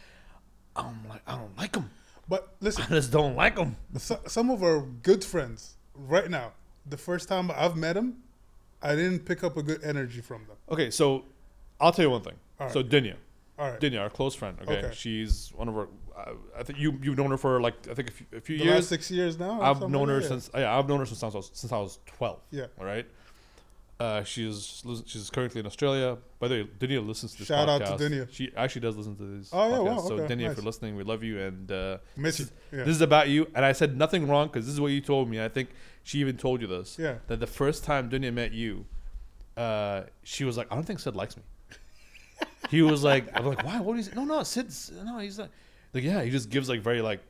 I'm like I don't like him.
but listen,
I just don't like him.
So, some of our good friends right now. The first time I've met them, I didn't pick up a good energy from them.
Okay, so I'll tell you one thing.
All right.
So Dinya,
All right,
Dinya, our close friend. Okay,
Okay.
she's one of our. I, I think you you've known her for like I think a few, a few
the last
years.
six years now. or
I've
something?
known her
Yeah.
since oh, yeah, I've known her since I was since I was twelve.
Yeah.
All right. Uh, she's she's currently in Australia. By the way, Dinia listens to this
Shout out
podcast.
to Dinya.
She actually does listen to this.
Oh, yeah,
podcast.
wow,
So
okay,
Dinya, if
nice.
you're listening, we love you. And uh,
Miss
this-
you, yeah.
this is about you. And I said nothing wrong because this is what you told me. I think she even told you this.
Yeah.
That the first time Dinya met you, uh, she was like, I don't think Sid likes me. he was like, I'm like, why? What is? No, no, Sid's no. He's like, like yeah. He just gives like very like,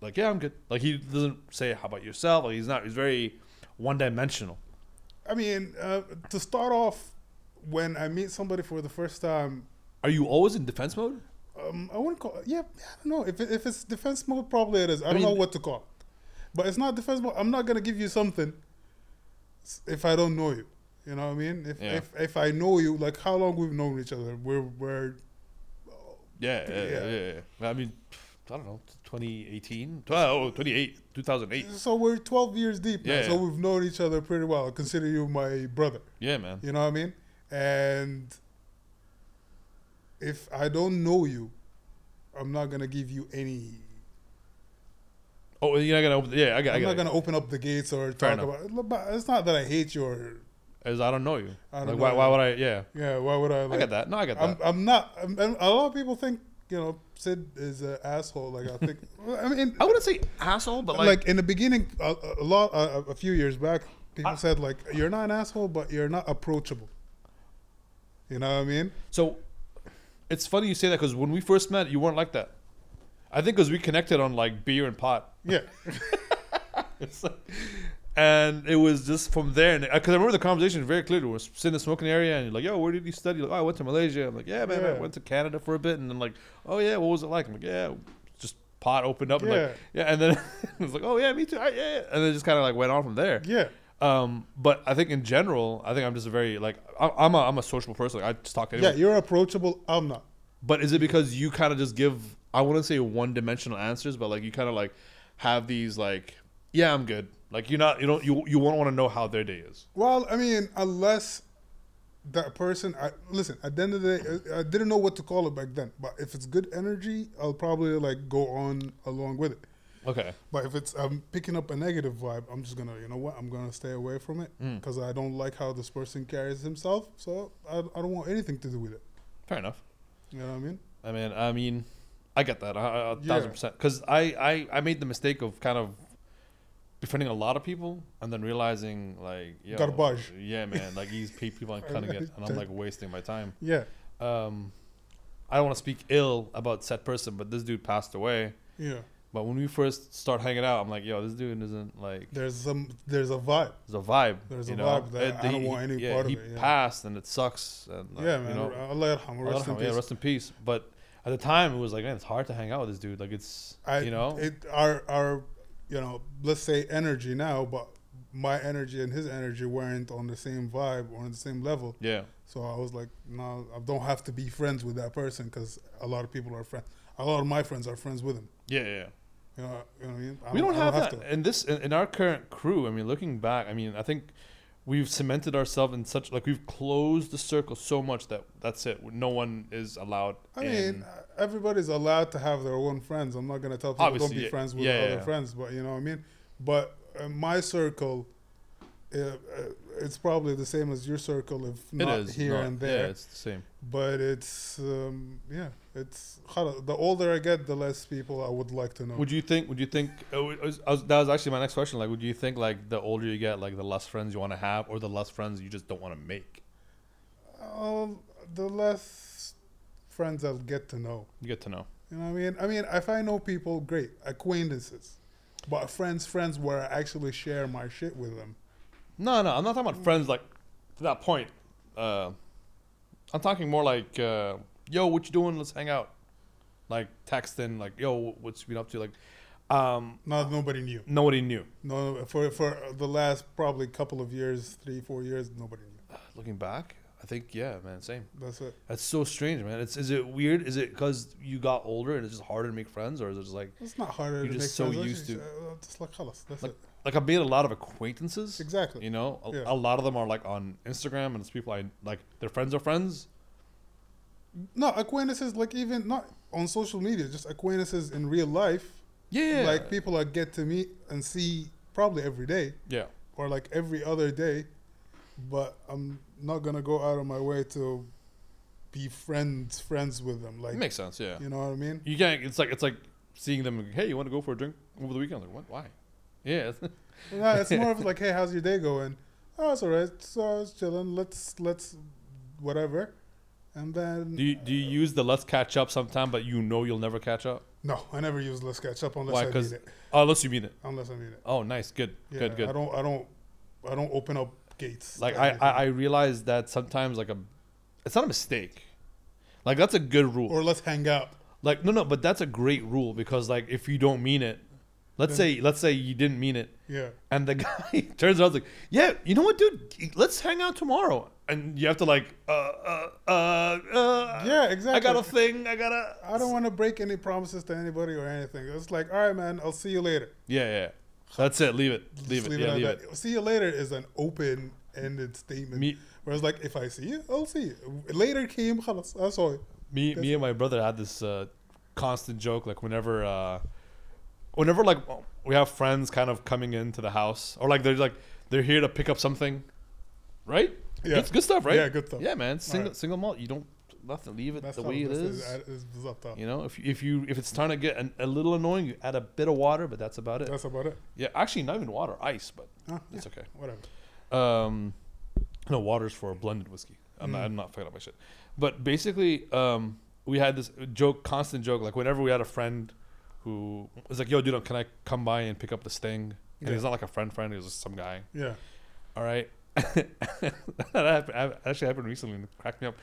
like yeah, I'm good. Like he doesn't say how about yourself. Like he's not. He's very one dimensional.
I mean, uh, to start off, when I meet somebody for the first time,
Are you always in defense mode?
um, I wouldn't call. Yeah, I don't know if it, if it's defense mode, probably it is. I, don't
mean-
know what to call, it. but it's not defense mode. I'm not gonna give you something s- if I don't know you. You know what I mean? If
Yeah.
if, if I know you, like how long we've known each other, we're we're
Yeah, yeah, yeah.
Yeah.
yeah, yeah. I mean, I don't know, 2018, 12, 28, 2008.
So we're 12 years deep now.
Yeah.
So we've known each other pretty well. I consider you my brother.
Yeah, man.
You know what I mean? And if I don't know you, I'm not gonna give you any.
Oh, you're not gonna. Open, yeah, I got. I
I'm
got.
not
it.
gonna open up the gates or
Fair
talk about. But it's not that I hate you or
As I don't know you.
I don't
like,
know
why?
you.
Why would I? Yeah,
yeah. Why would I?
I
Like,
got that. No, I got that.
I'm, I'm not. I'm, I'm- a lot of people think you know Sid is an asshole. Like I think. I mean,
I wouldn't say asshole, but
like, in the beginning, a, a lot, a, a few years back, people
I-
said like, "You're not an asshole, but you're not approachable." You know what I mean?
So it's funny you say that because when we first met, you weren't like that. I think because we connected on like beer and pot.
Yeah.
It's like- and it was just from there. Because I remember the conversation very clearly. We're sitting in the smoking area, and you're like, "Yo, where did you study?" Like, "Oh, I went to Malaysia." I'm like, "Yeah, man, I
Yeah.
went to Canada for a bit." And I'm like, "Oh yeah, what was it like?" I'm like, "Yeah, just pot opened up." And
Yeah.
like, yeah, and then it was like, "Oh yeah, me too." I, yeah, yeah." and then it just kind of like went on from there.
Yeah.
Um, but I think in general, I think I'm just a very like I, I'm a I'm a sociable person. Like, I just talk to anyone.
Yeah, you're approachable. I'm not.
But is it because you kind of just give I wouldn't say one dimensional answers, but like you kind of like have these like yeah I'm good. Like you're not you don't you you won't want to know how their day is.
Well, I mean, unless that person, I, listen. At the end of the day, I, I didn't know what to call it back then. But if it's good energy, I'll probably like go on along with it.
Okay.
But if it's I'm picking up a negative vibe, I'm just gonna, you know what? I'm gonna stay away from it
Mm.
because I don't like how this person carries himself. So I, I don't want anything to do with it.
Fair enough.
You know what I mean?
I mean I mean I get that a- a, a
Yeah.
thousand percent because I, I I made the mistake of kind of befriending a lot of people and then realizing like yo,
Garbage.
Yeah, man. Like these pe- people aren't cutting it, and I'm like wasting my time.
Yeah,
Um, I don't want to speak ill about said person, but this dude passed away.
yeah.
But when we first start hanging out, I'm like, yo, this dude isn't like
There's some, there's a vibe.
there's a vibe.
There's
you
a
know?
vibe that I don't
he-
want any
yeah,
part of
he
it, yeah.
passed and it sucks. And like,
yeah,
You
man.
know,
Allah yarham,
Allah
rest in
rahmah, yeah,
peace.
rest in peace. But at the time, it was like, man, it's hard to hang out with this dude. Like it's
I,
you know,
it, our our, you know, let's say energy now, but my energy and his energy weren't on the same vibe or on the same level.
yeah,
So I was like, no, I don't have to be friends with that person because a lot of people are friends. A lot of my friends are friends with him.
yeah, yeah.
You know, you know what I mean? I
we don't,
I
have, that in this in, in our current crew. I mean, looking back, I mean, I think we've cemented ourselves in such like we've closed the circle so much that that's it. No one is allowed.
I
in.
mean, everybody's allowed to have their own friends. I'm not going to tell people don't
Obviously,
be
yeah.
friends with
Yeah, yeah,
other
yeah.
friends, but you know what I mean? But uh, my circle, uh, uh, it's probably the same as your circle, if
it
not
is
here
not-
and there.
Yeah, it's the same.
but it's, um, yeah, it's. خلاص, The older I get, the less people I would like to know.
Would you think? Would you think? uh, was- I was- That was actually my next question. Like, would you think like the older you get, like the less friends you want to have, or the less friends you just don't want to make?
Um, the less friends I'll get to know.
You get to know.
You know what I mean? I mean, if I know people, great, acquaintances. But friends, friends where I actually share my shit with them.
No, no, I'm not talking about friends like to that point. Uh, I'm talking more like, uh, yo, what you doing? Let's hang out. Like texting, like, yo, what's you been up to? Like, um,
Not nobody knew.
nobody knew.
No, no, for for the last probably couple of years, three four years, nobody knew.
Looking back, I think yeah, man, same.
That's it.
That's so strange, man. It's is it weird? Is it because you got older and it's just harder to make friends, or is it just like
It's not harder.
You're
to
just
make
so
friends.
used
It's
to-
just, uh, just like خلاص, That's
Like-
it.
like I've made a lot of acquaintances.
Exactly.
You know, a,
Yeah.
a lot of them are like on Instagram, and it's people I like. Their friends are friends.
No acquaintances, like even not on social media, just acquaintances in real life.
Yeah,
Like people I get to meet and see probably every day.
yeah,
or like every other day, but I'm not gonna go out of my way to be friends friends with them.
it
Like
makes sense. Yeah,
you know what I mean?
you can't. It's like it's like seeing them. Hey, you want to go for a drink over the weekend? Like what? Why? Yeah,
No, it's more of like, hey, how's your day going? Oh, it's alright. So I was chilling. Let's let's whatever, and then
do you, do you use the let's catch up sometime, but you know you'll never catch up?
no, I never use let's catch up unless
Why?
I
'Cause-
need it.
Oh, unless you mean it.
Unless I need it.
Oh, nice, good,
Yeah,
good, good.
I don't I don't I don't open up gates.
like
to
I,
anything.
I I realize that sometimes like a, it's not a mistake. Like that's a good rule.
or let's hang out.
Like no no, but that's a great rule because like if you don't mean it, let's
Then-
say let's say you didn't mean it,
Yeah.
and the guy turns around like, yeah, you know what, dude, let's hang out tomorrow, and you have to like, uh uh uh, uh
Yeah,
I
exactly.
got a thing, I got a
I don't want to break any promises to anybody or anything. It's like, all right, man, I'll see you later.
yeah yeah, that's it, leave it, leave
Just
it, yeah,
at
leave
that. See you later is an open ended statement.
Me-
Whereas, like, if I see you, I'll see you. Later came, خلاص, I saw you.
me me and my brother had this uh, constant joke like whenever uh, whenever like we have friends kind of coming into the house or like they're like they're here to pick up something right
Yeah.
good, good stuff right
Yeah, good stuff.
yeah man single
Alright.
single malt you don't nothing leave it
That's
the
how
way it
this
is
I- it's بالظبط.
you know if if you if it's starting to get an, a little annoying you add a bit of water but that's about it
That's about it.
yeah actually not even water ice but
Huh?
it's okay
Whatever.
um, no, water's for blended whiskey. I'm, not, I'm not fucking up my shit. But basically, um, we had this joke, constant joke. Like whenever we had a friend who was like, "Yo, dude, can I come by and pick up this thing?" And
Yeah.
he's not like a friend friend. He's just some guy.
Yeah.
All right. that happened, that actually happened recently and it cracked me up.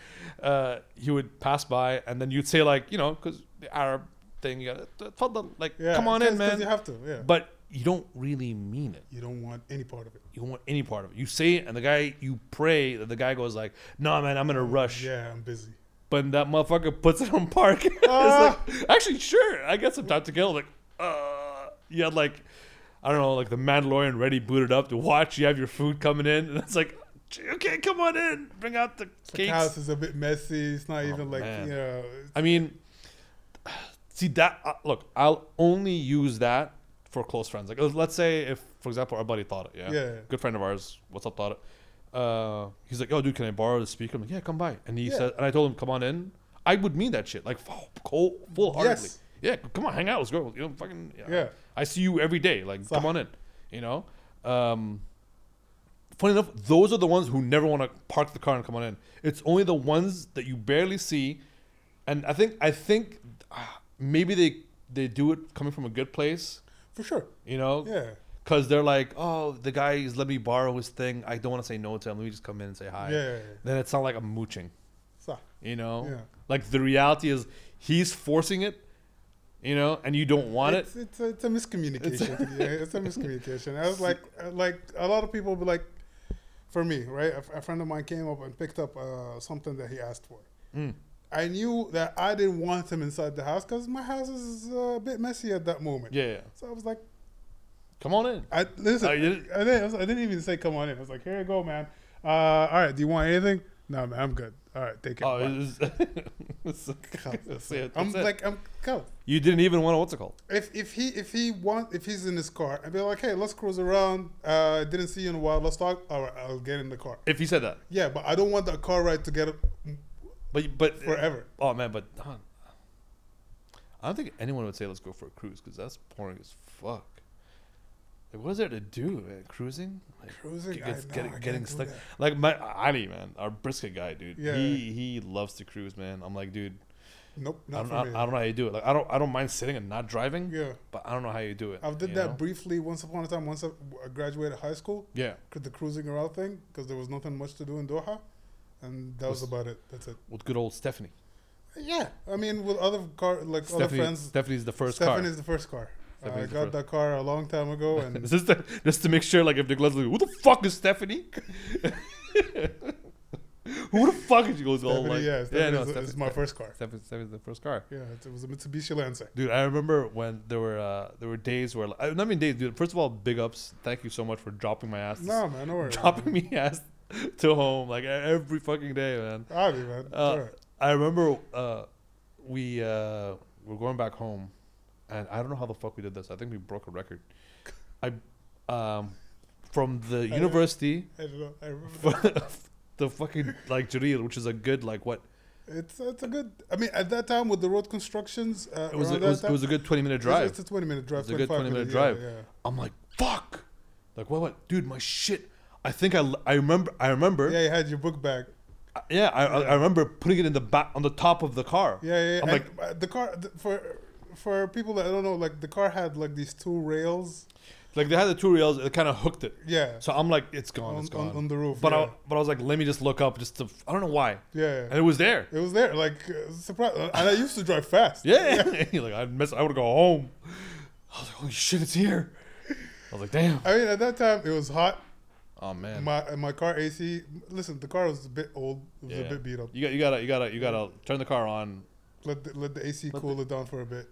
Uh, he would pass by and then you'd say like, you know, because the Arab thing, you gotta, like,
Yeah.
come on
'cause-
in,
'cause
man.
You have to. Yeah.
But you don't really mean it.
you don't want any part of it.
You don't want any part of it. You say it and the guy, you pray that the guy goes like, nah, man, I'm in a rush.
Yeah, I'm busy.
But that motherfucker puts it on park. It's
Ah.
like, actually, sure, I got some time to kill. Like, uh, you had like, I don't know, like the Mandalorian ready booted up to watch. You have your food coming in, and it's like, okay, come on in, bring out the
The
cakes.
house is a bit messy. It's not even like
Oh, man.
you know. it's-
I mean, see that. Uh, look, I'll only use that for close friends. Like, uh, let's say if, for example, our buddy thought it. Yeah.
Yeah.
Good friend of ours. What's up, thought it? Uh, he's like, oh, dude, can I borrow the speaker? I'm like, yeah, come by. And he
Yeah.
said, and I told him, come on in. I would mean that shit, like full, full heartedly.
Yes.
Yeah, come on, hang out, let's go. You know, fucking.
Yeah.
I see you every day. Like,
So-
come on in. You know. Um, funny enough, those are the ones who never want to park the car and come on in. It's only the ones that you barely see, and I think I think ah, maybe they they do it coming from a good place,
For sure.
you know,
Yeah.
because they're like, oh, the guy's let me borrow his thing. I don't want to say no to him. Let me just come in and say hi.
Yeah.
Then it's not like I'm mooching,
So,
you know.
Yeah.
Like the reality is he's forcing it, you know, and you don't want
it's, It's a, it's a miscommunication. yeah, it's a miscommunication. I was like, uh, like a lot of people be like, for me, right? A, a friend of mine came up and picked up uh, something that he asked for.
it. Mm.
I knew that I didn't want him inside the house because my house is uh, a bit messy at that moment.
Yeah, yeah.
So I was like,
Come on in.
I listen.
I
I
didn't-
didn't. I didn't, I didn't even say come on in. I was like, here you go, man. Uh, all right. Do you want anything? No, man. I'm good. All right. Take care.
Oh,
Bye."
it's, it's, that's it,
I'm
that's it.
like, I'm cool.
you didn't even want to what's it called?
If if he if he want if he's in his car, I'd be like, hey, let's cruise around. Uh, didn't see you in a while. Let's talk. All right, I'll get in the car.
If you said that,
Yeah, but I don't want that car ride to get
but but
forever.
Oh man, but huh. I don't think anyone would say let's go for a cruise because that's boring as fuck. Like, what is there to do? Man? Cruising, like,
Cruising,
get-
I-
gets-
no,
get-
I can't
getting
do
stuck.
that.
Like my Ali, man, our brisket guy, dude.
Yeah.
He he loves to cruise, man. I'm like, dude,
Nope,
I
not
don't,
for
know, I
me.
don't know how you do it. Like, I don't I don't mind sitting and not driving,
yeah,
but I don't know how you do it.
I did
you
that
know?
briefly once upon a time. Once I I graduated high school,
yeah.
could the cruising around thing because there was nothing much to do in Doha, and that was
Was-
about it. That's it.
With good old Stephanie.
Yeah, I mean, with other car like other
Stephanie,
friends,
Stephanie's the first
Stefan
car.
is the first car.
Stefan
I
is the
got
first.
that car a long time ago, and
Is this the, just to make sure, like, if Nicole's like, who the fuck is Stephanie? who the fuck is she goes all
Stephanie,
like,
yeah, Stephanie
no,
is, is my first car.
Stephanie, Stephanie's the first car.
Yeah, it was a Mitsubishi Lancer.
Dude, I remember when there were uh, there were days where like, I I mean days, dude. First of all, big ups. Thank you so much for dropping my ass,
No, man, no worries.
dropping me ass to home like e- every fucking day, man.
I'll be, man.
Uh,
Alright.
I remember uh, we uh, were going back home, and I don't know how the fuck we did this. I think we broke a record. I um, from the
yeah.
university,
I don't know. I remember.
the fucking like Jareel, which is a good like what
It's it's a good. I mean, at that time with the road constructions, uh,
it was. A,
around
it
that
was, it
time-
was a good twenty minute
it's-
drive.
It's, a twenty minute drive.
It's a good
25
20-minute
minute,
drive.
yeah, yeah.
I'm like fuck, like what what dude, my shit. I think I l- I remember I remember
Yeah, you had your book bag.
I- yeah, I, I I remember putting it in the back on the top of the car.
Yeah, yeah. yeah.
I'm
and,
like-
uh, the car th- for for people that don't know, like the car had like these two rails.
Like they had the two rails, it kind of hooked it.
Yeah.
So I'm like, it's gone,
on,
it's gone.
On, on the roof.
But
yeah.
I, but I was like, let me just look up, just to I don't know why,
yeah.
and it was there.
It was there, like uh, surprise. And I used to drive fast.
Yeah, like I mess, I would go home. I was like, holy shit, it's here. I was like, damn.
I mean, at that time it was hot.
Oh man,
My uh, my car AC. Listen, the car was a bit old. It was
Yeah.
a bit beat up.
you got you gotta you gotta you gotta turn the car on.
Let the, let the AC cool it down for a bit,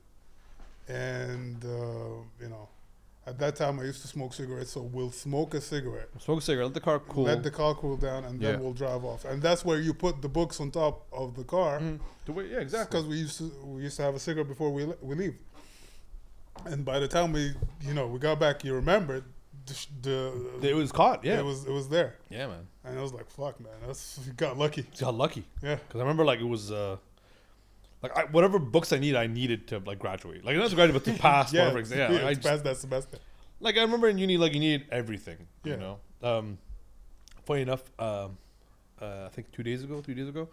and uh, you know, at that time I used to smoke cigarettes. So we'll smoke a cigarette,
Smoke a cigarette, let the car cool.
let the car cool down, and then
Yeah.
we'll drive off. And that's where you put the books on top of the car.
Mm. The way- yeah, exactly.
because we used to we used to have a cigarette before we le- we leave. And by the time we you know we got back, you remembered the sh- the,
It was caught. Yeah,
it was it was there,
yeah, man.
and I was like, "Fuck, man, that's we got lucky."
Just got lucky
Yeah,
because I remember like it was. uh like I, whatever books I need, I needed to like graduate. Like not to graduate, but to pass
yeah,
whatever exam.
yeah,
I
it's
just-
past that semester.
like I remember in uni, like you needed everything. You
Yeah.
know. Um, funny enough, um, uh, I think two days ago, three days ago,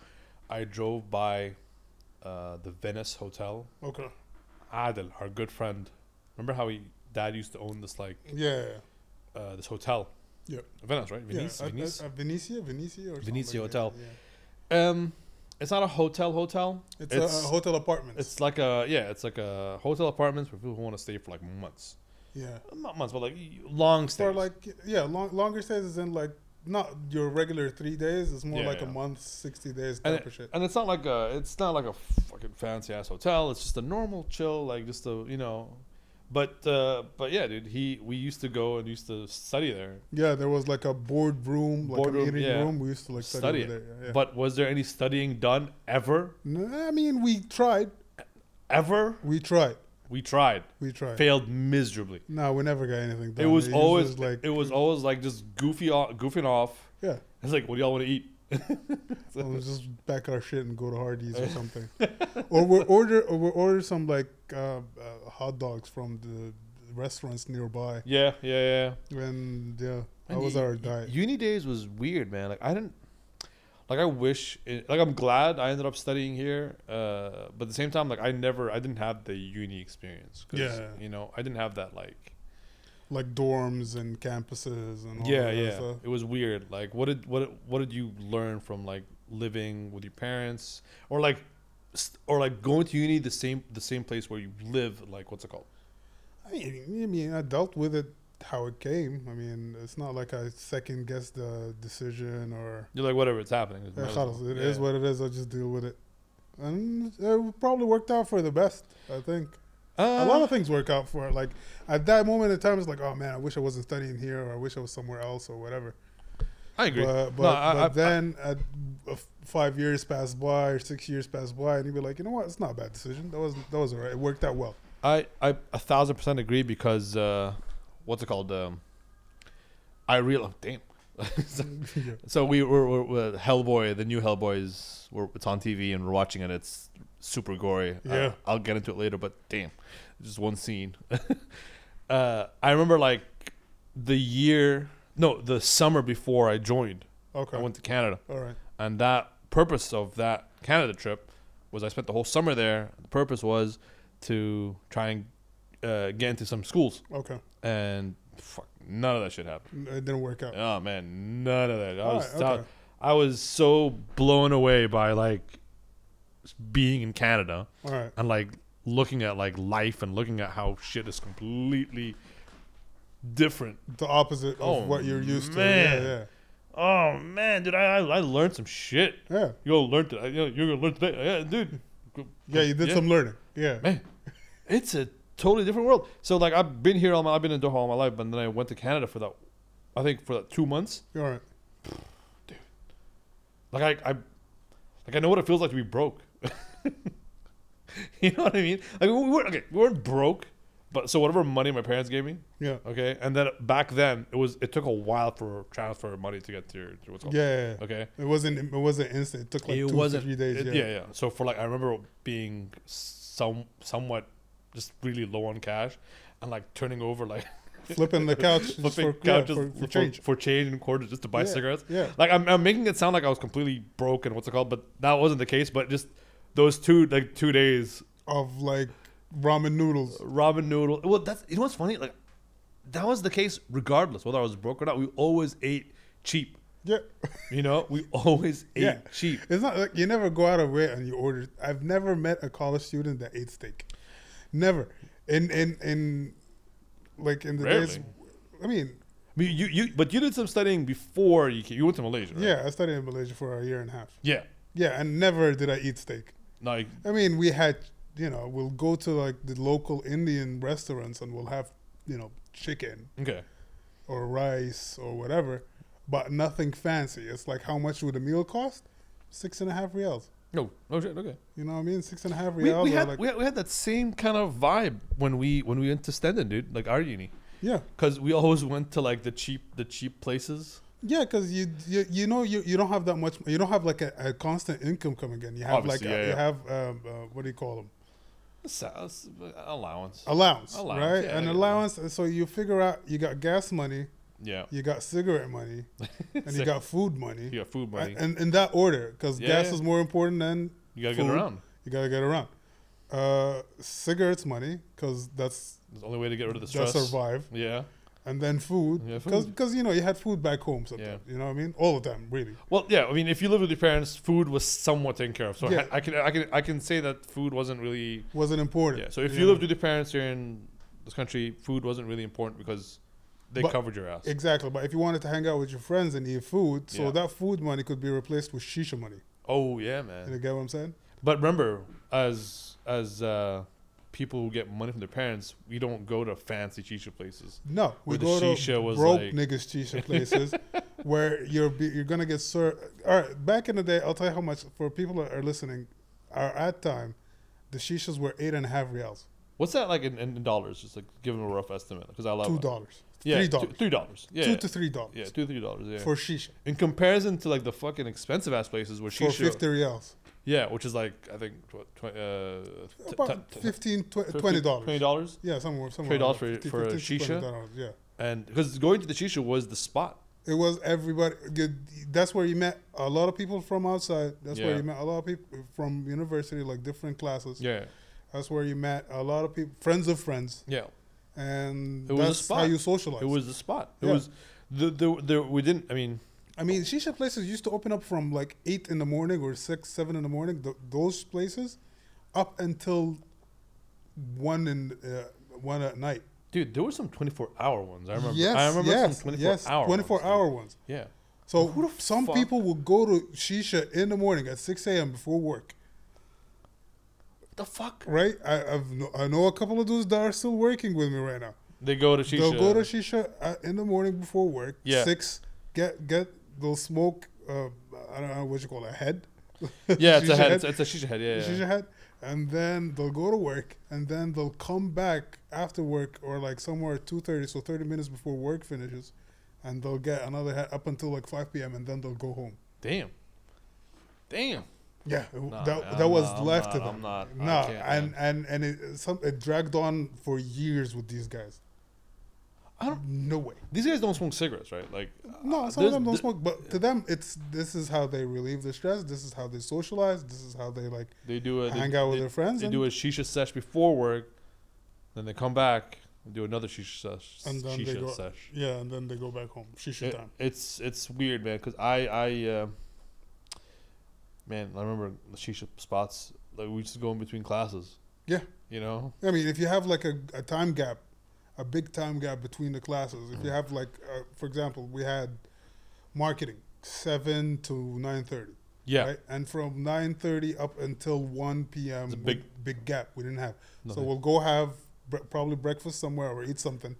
I drove by uh, the Venice Hotel.
Okay,
Adel, our good friend, remember how he dad used to own this like
Yeah.
uh, this hotel.
Yeah.
Venice, right? Venice,
yeah. At-
Venice.
At, at Venicia, Venicia, or something
Venicia
like that,
Hotel.
yeah.
um, it's not a hotel hotel.
It's,
It's-
a, a hotel apartments.
It's like a yeah, it's like a hotel apartments for people who want to stay for like months,
yeah.
not months, but like long stays.
For like yeah, long, longer stays is in like not your regular three days. It's more
Yeah,
like a
yeah.
month, sixty days
and,
type
it-
of shit.
and it's not like a it's not like a fucking fancy ass hotel. It's just a normal chill, like just a you know, but uh, but yeah, dude. He we used to go and used to study there.
Yeah, there was like a board room, like
Boardroom,
a meeting
yeah.
room. We used to like
Study
study, over there. Yeah, yeah.
But was there any studying done ever?
No, I mean, we tried.
Ever?
We tried.
We tried,
We tried.
failed miserably.
No, we never got anything
It
done.
was
usually
always
is like
it was always like just goofy off, goofing off.
yeah.
It's like, what do y'all want to eat?
So we'll just pack our shit and go to Hardee's or something, or we will order or we will order some like uh, uh, hot dogs from the restaurants nearby.
Yeah, yeah, yeah.
And yeah, that
Man,
was
u-
our
u-
diet.
Uni days was weird, man. Like I didn't, like I wish, it, like I'm glad I ended up studying here. Uh, but at the same time, like I never, I didn't have the uni experience.
Yeah.
You know, I didn't have that like.
like dorms and campuses and all
yeah,
that
yeah.
stuff.
It was weird. Like, what did what what did you learn from like living with your parents, or like, st- or like going to uni the same the same place where you live? Like, what's it called?
I mean, I mean, I dealt with it how it came. I mean, it's not like I second guess the decision or eh,
You're like whatever it's happening.
It is
It
what it is. I just deal with it, and it probably worked out for the best. I think
Uh,
a lot of things work out for it. Like at that moment in time, it's like, oh man, I wish I wasn't studying here, or I wish I was somewhere else, or whatever.
I agree.
But but,
No, I-
but
I- I-
then at uh, f- five years passed by or six years passed by, and you'd be like, you know what, it's not a bad decision. That was that was alright. It worked out well.
I, I a thousand percent agree because uh, what's it called? Um, I real oh, damn. so,
Yeah.
so we were, were, were Hellboy, the new Hellboys. We're, it's on TV and we're watching it. It's super gory. I-
Yeah.
I'll get into it later, but damn, just one scene. uh, I remember like the year, no, the summer before I joined,
Okay.
I went to Canada,
All right.
and that purpose of that Canada trip was I spent the whole summer there. The purpose was to try and uh, get into some schools,
Okay.
and fuck, none of that shit happened.
N- It didn't work out.
Oh man, none of that. I was
Alright, okay.
I was so blown away by like being in Canada
All right.
and like looking at like life and looking at how shit is completely different.
The opposite of
Oh,
what you're used
man. Oh man, dude, I I, I learned some shit.
to. Yeah. Yeah.
Yo, learn to, you know, you're gonna learn today. Yeah, dude.
Yeah. Yeah. You did
Yeah.
some learning. Yeah.
man, it's a totally different world. So like I've been here all my, I've been in Doha all my life, but then I went to Canada for that, I think for that two months.
All right.
Like I, I like I know what it feels like to be broke. you know what I mean? Like we were okay, we weren't broke, but so whatever money my parents gave me,
Yeah.
okay, and then back then it was it took a while for transfer money to get to your to what's
Yeah.
called
yeah, yeah.
Oh, okay.
It wasn't. It wasn't instant. It took like two or three days.
it-
yeah.
yeah, yeah. So for like, I remember being some somewhat just really low on cash, and like turning over like
Flipping the couch. just
flipping
for, yeah,
couches
for, for change.
for change and quarters just to buy
Yeah,
cigarettes.
Yeah.
Like I'm, I'm making it sound like I was completely broke and what's it called, but that wasn't the case. But just those two like two days
Of like ramen noodles.
ramen noodle. Well, that's you know what's funny? Like that was the case regardless whether I was broke or not. We always ate cheap.
Yeah.
You know, we always ate
Yeah.
cheap.
It's not like you never go out of way and you order. I've never met a college student that ate steak. Never. In in in, like in the days.
Rarely.
I mean,
I mean, you, you but you did some studying before you came, you went to Malaysia, right?
yeah, I studied in Malaysia for a year and a half.
Yeah.
Yeah, and never did I eat steak.
Like
I mean, we had, you know, we'll go to like the local Indian restaurants and we'll have, you know, chicken
okay.
or rice or whatever, but nothing fancy. It's like how much would a meal cost? Six and a half reals.
No, no shit. Okay.
You know what I mean? Six and a half
We,
reals.
we
or
had
like,
we had we had that same kind of vibe when we when we went to Stendon, dude. Like our uni,
yeah,
because we always went to like the cheap the cheap places.
yeah, because you, you you know you, you don't have that much. You don't have like a, a constant income coming in. You have
Obviously,
like a,
yeah,
you
yeah.
have um, uh, what do you call them?
So- s- Allowance.
Allowance,
Allowance,
right?
yeah,
An
yeah.
allowance. So you figure out you got gas money,
Yeah.
you got cigarette money, and
So-
you got food money.
You got food money.
Right, And in that order, because
Yeah,
gas
yeah.
is more important than
You gotta get
food.
around.
you gotta get around. Uh, cigarettes money, because that's
It's the only way to get rid of the
Just
stress.
survive.
Yeah.
And then food.
Yeah,
Because,
food.
you know, you had food back home sometimes. You know what I mean? All the time, really.
Well, yeah. I mean, if you live with your parents, food was somewhat taken care of. So
Yeah.
I, I can I can I can say that food wasn't really.
Wasn't important.
Yeah. So if you
know?
lived with your parents here in this country, food wasn't really important because they
But-
covered your ass.
Exactly. But if you wanted to hang out with your friends and eat food, so
Yeah.
that food money could be replaced with shisha money.
oh yeah,
You
man.
get what I'm saying?
But remember, as as uh, people who get money from their parents, we don't go to fancy shisha places.
No, we
Where the
go to
shisha was
broke
like-
niggas shisha places where you're be, you're gonna get served. All right, back in the day, I'll tell you how much for people that are listening. Are at time, the shishas were eight and a half reals,
What's that like in, in dollars? Just like give them a rough estimate because I love
two
it.
dollars,
Yeah,
three
two-
dollars,
Three dollars. Yeah.
two to three dollars
yeah, two three dollars. Yeah.
for shisha
in comparison to like the fucking expensive ass places where
for
shisha.
fifty reals,
Yeah, which is like I think what, twi- uh, t-
about
t- t-
fifteen tw-
fifty-
twenty dollars.
Twenty dollars,
Yeah, somewhere
Twenty
somewhere.
dollars
around
for- for a
15 to
shisha?
$20, Yeah,
and because going to the shisha was the spot.
it was everybody. good- That's where you met a lot of people from outside. That's where
Yeah.
you met a lot of people from university, like different classes.
Yeah,
That's where you met a lot of people, friends of friends,
yeah,
and
It was a
that's
spot.
how you socialize.
it was the spot. It
Yeah.
was the, the the we didn't. I mean,
I mean, shisha places used to open up from like eight in the morning or six, seven in the morning. Th- those places, up until one in uh, one at night.
dude, there were some twenty four hour ones. I remember.
Yes,
I remember
yes,
some twenty four
yes,
hour.
twenty-four
ones, dude.
hour ones.
Yeah,
So
Who the
some
fuck-
people would go to shisha in the morning at six a.m. before work.
what the fuck.
Right? I, I've kno- I know a couple of those that are still working with me right now.
They go to shisha.
They'll go to shisha uh, in the morning before work.
Yeah.
Six. Get get. They'll smoke. Uh, I don't know what you call it. a head.
yeah, it's
Shisha
a head. It's, it's a shisha head. Yeah, yeah.
Shisha head. And then they'll go to work, and then they'll come back after work or like somewhere at two thirty, so thirty minutes before work finishes, and they'll get another head up until like five p.m. and then they'll go home.
Damn, damn.
Yeah, it-
Nah,
that,
man,
that
I'm
was
not- I'm
left to
not-
them.
I'm not- I
Nah,
can't,
and and and it some it dragged on for years with these guys.
I don't-
No way.
These guys don't smoke cigarettes, right? Like,
No,
uh,
some
there's-
of them don't
th-
smoke, but to them, it's this is how they relieve the stress. This is how they socialize. This is how they like
They do it.
hang out with their friends.
They
and,
do a shisha sesh before work, then they come back and do another shisha sesh.
And then they
shisha
go-
sesh.
yeah, and then they go back home. Shisha
It-
time.
it's it's weird, man. Because I I uh, man, I remember the shisha spots. Like we just go in between classes.
Yeah.
You know.
I mean, if you have like a, a time gap, a big time gap between the classes. If you
Mm.
have like, uh, for example, we had marketing seven to nine thirty.
Yeah.
Right? And from 9:30 up until 1 p.m.
It's a
we-
big-
big gap we didn't have.
Nothing.
So we'll go have bre- probably breakfast somewhere or eat something.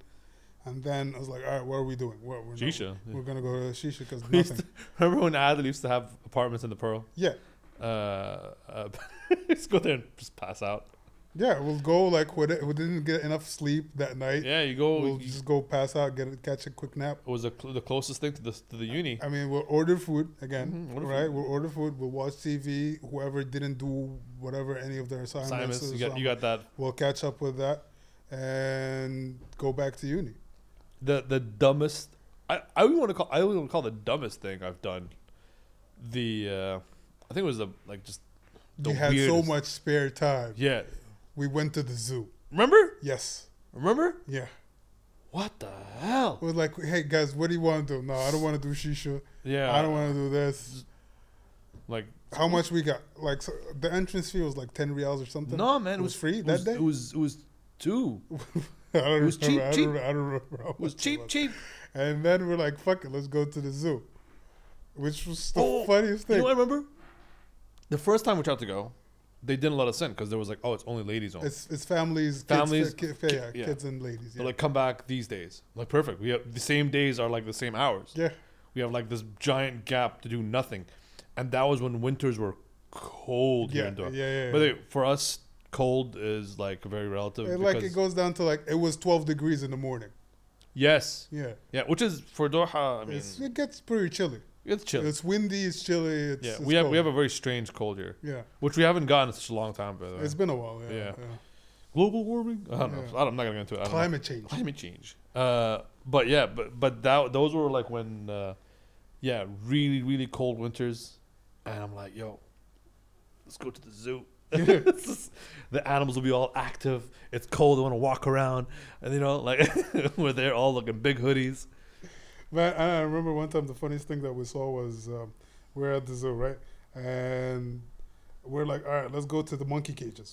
And then I was like, all right, what are we doing? Well, we're not-
Shisha.
we're going to go to shisha because
We used
nothing.
to- remember when Adel used to have apartments in the Pearl?
Yeah.
Uh, uh just go there and just pass out.
Yeah, we'll go like we di- we didn't get enough sleep that night.
Yeah, you go.
We'll
you-
just go pass out, get a, catch a quick nap.
it was the cl- the closest thing to the to the uni.
I mean, we'll order food again,
Mhm, order
right?
food.
We'll order food. We'll watch TV. Whoever didn't do whatever any of their assignments,
Simons,
or
you got you got that
we'll catch up with that and go back to uni.
the the dumbest I, I would want to call I would want to call the dumbest thing I've done the uh, I think it was the like just the
we had so
weirdest-
much spare time.
yeah
We went to the zoo.
remember
Yes.
remember
Yeah.
what the hell
We're like, hey guys, what do you want to do? No, I don't want to do shisha.
yeah
I don't want to do this.
like
How much we got? Like so the entrance fee was like ten reals or something.
no man
it was free that
was-
day?
it was it was two it
I don't
was cheap,
remember. I
cheap.
don't, remember- I don't remember. How
was
much it
cheap
was.
cheap
And then we're like, fuck it, let's go to the zoo, which was the
Oh,
funniest
you
thing.
know what I remember the first time we tried to go they didn't let us in because there was like oh it's only ladies only
it's, it's families,
Families,
kids,
ki-
ki- yeah,
yeah.
kids and ladies.
They're
Yeah.
like come back these days like perfect we have the same days are like the same hours
yeah,
We have like this giant gap to do nothing. And that was when winters were cold here
yeah,
in
yeah,
Doha.
yeah.
But hey, for us, cold is like very relative.
And, like
because-
it goes down to like it was twelve degrees in the morning.
yes.
Yeah,
Yeah, which is for Doha, I mean,
it's,
it's,
it gets pretty chilly.
chilly.
It's windy. It's chilly. It's,
yeah,
it's
we have we have
cold.
a very strange cold here,
yeah.
which we haven't gotten in such a long time, by the way.
It's been a while. Yeah.
Yeah.
yeah.
Global warming? I don't know.
Yeah.
I don't, I'm not going to get into it. I don't know.
Climate change.
Climate change. Uh, but yeah, but but that those were like when, uh, yeah, really really cold winters, and I'm like, yo, let's go to the zoo. It's just- the animals will be all active. It's cold. They want to walk around, and you know, like we're there all looking big hoodies.
Man, I I remember one time the funniest thing that we saw was um, we're at the zoo, right? And we're like, all right, let's go to the monkey cages.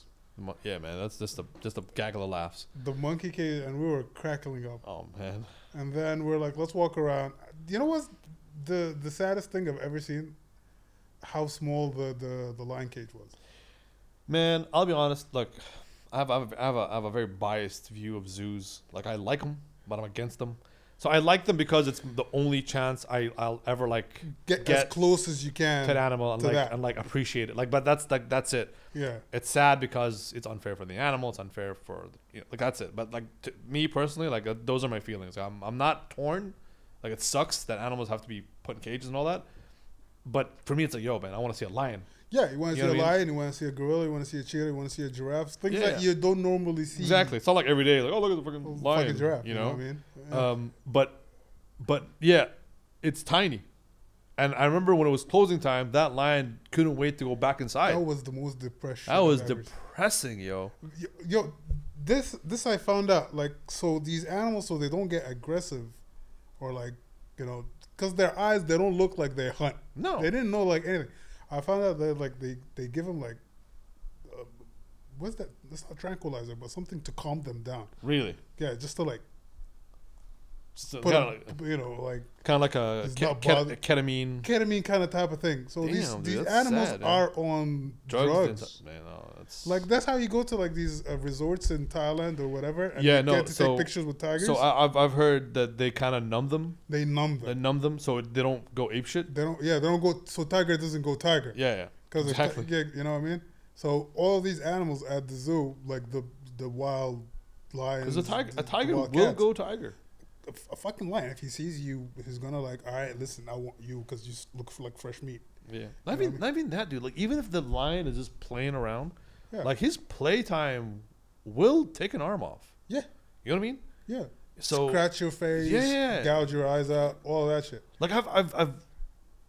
Mo- Yeah, man, that's just a just a gaggle of laughs.
The monkey cage, and we were crackling up.
Oh man,
And then we're like, let's walk around. You know what's the the saddest thing I've ever seen? How small the the, the lion cage was.
man, I'll be honest. Look, I have I have, I have, a, I have a very biased view of zoos. Like I like them, but I'm against them. So I like them because it's the only chance I I'll ever like
Get,
Get-
as close as you can.
pet animal and
to
like
that.
and like appreciate it. Like, but that's like that's it.
Yeah,
It's sad because it's unfair for the animal. It's unfair for you know, like that's it. But like to me personally, like uh, those are my feelings. I'm I'm not torn. Like it sucks that animals have to be put in cages and all that. But for me, it's like yo, man, I want to see a lion.
yeah. You want
You
to
know
see a
what I mean?
lion, you want to see a gorilla, you want to see a cheetah, you want to see a giraffe. Things
Yeah.
that you don't normally see.
Exactly. It's not like every day, like oh look at the freaking
a
lion.
Fucking giraffe.
you know.
what I mean? Yeah.
Um, but but yeah, it's tiny. And I remember when it was closing time, that lion couldn't wait to go back inside.
that was the most depression.
that
I've
was
ever
depressing, yo.
seen. Yo- Yo, this this I found out. Like, so these animals, so they don't get aggressive, or like, you know, because their eyes they don't look like they hunt.
No.
They didn't know like anything. I found out that like they they give them like, uh, what's that? That's not tranquilizer, but something to calm them down.
Really?
Yeah, just to like
So
put
kinda
them, you know like
kind of like a
It's
ke-
not
ke-
bother-
ketamine
ketamine kind of type of thing. So these
Damn, dude,
these
that's
animals
sad, man.
are on
drugs.
drugs.
and- Man, no, that's
Like that's how you go to like these uh, resorts in Thailand or whatever, and
Yeah,
you
no,
get to
so-
take pictures with tigers.
so. I, I've I've heard that they kind of numb them.
they numb them.
They numb them so it- they don't go ape shit.
they don't. Yeah, they don't go. So tiger doesn't go tiger.
Yeah, yeah,
Because
exactly.
yeah, you know what I mean. So all these animals at the zoo, like the the wild lions,
Because a tiger,
the-
a
the
tiger will
wild cats.
go tiger.
A, f- a fucking lion, if he sees you, he's gonna like, all right, listen, I want you because you s- look f- like fresh meat.
Yeah, not even not even that, dude. Like even if the lion is just playing around,
Yeah.
like his playtime will take an arm off.
Yeah,
You know what I mean?
yeah.
So
Scratch your face,
Yeah, yeah.
gouge your eyes out, all that shit.
Like I've I've I've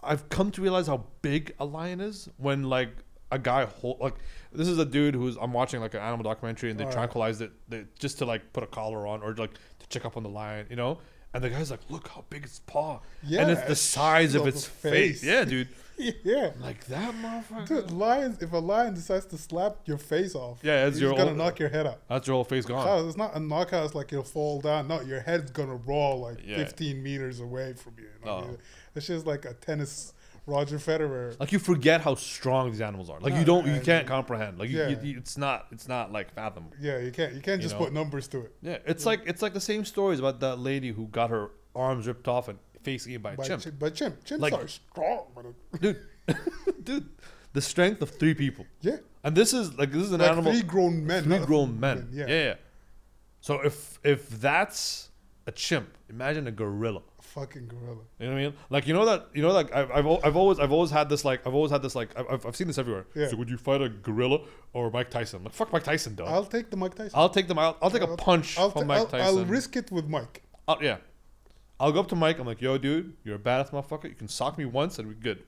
I've come to realize how big a lion is when like a guy hold like this is a dude who's I'm watching like an animal documentary and they
Alright.
tranquilized it they, just to like put a collar on or like to check up on the lion, you know. And the guy's like, "Look how big its paw!" and it's
Yeah,
the
it's
size of
of
its
the
face.
face.
Yeah, dude.
yeah.
Like that motherfucker.
Dude, lions. If a lion decides to slap your face off,
Yeah, it's
he's
your
gonna
own-
knock your head out.
That's your whole face gone.
No, it's not a knockout. It's like you'll fall down. No, your head's gonna roll like
Yeah.
15 meters away from you. you know what I
Oh.
mean? It's just like a tennis Roger Federer.
Like you forget how strong these animals are. Like
No,
you don't, you
I-
can't comprehend. Like you, you-
Yeah.
you- it's not, it's not like fathom.
Yeah, you can't. You can't
You
just
know?
put numbers to it.
Yeah, it's like it's like the same stories about that lady who got her arms ripped off and face eaten by a
By
chimp.
chim- by chimp. Chimps
Like-
are strong. man.
Dude, dude, the strength of three people.
Yeah,
And this is like this is an
like
animal,
three grown men.
three
not-
grown men.
yeah.
Yeah. yeah, So if if that's a chimp, imagine a gorilla.
Fucking gorilla.
You know what I mean? Like you know that you know like I've I've, al- I've always I've always had this like I've always had this like I've- I've, I've seen this everywhere.
Yeah.
So would you fight a gorilla or Mike Tyson? Like fuck Mike Tyson, dog.
I'll take the Mike Tyson.
I'll take them out. I'll take a
I'll-
punch
I'll,
from
ta-
Mike
I'll-
Tyson.
I'll risk it with Mike.
Oh yeah. I'll go up to Mike. I'm like, yo, dude, you're a badass motherfucker. You can sock me once and we're good.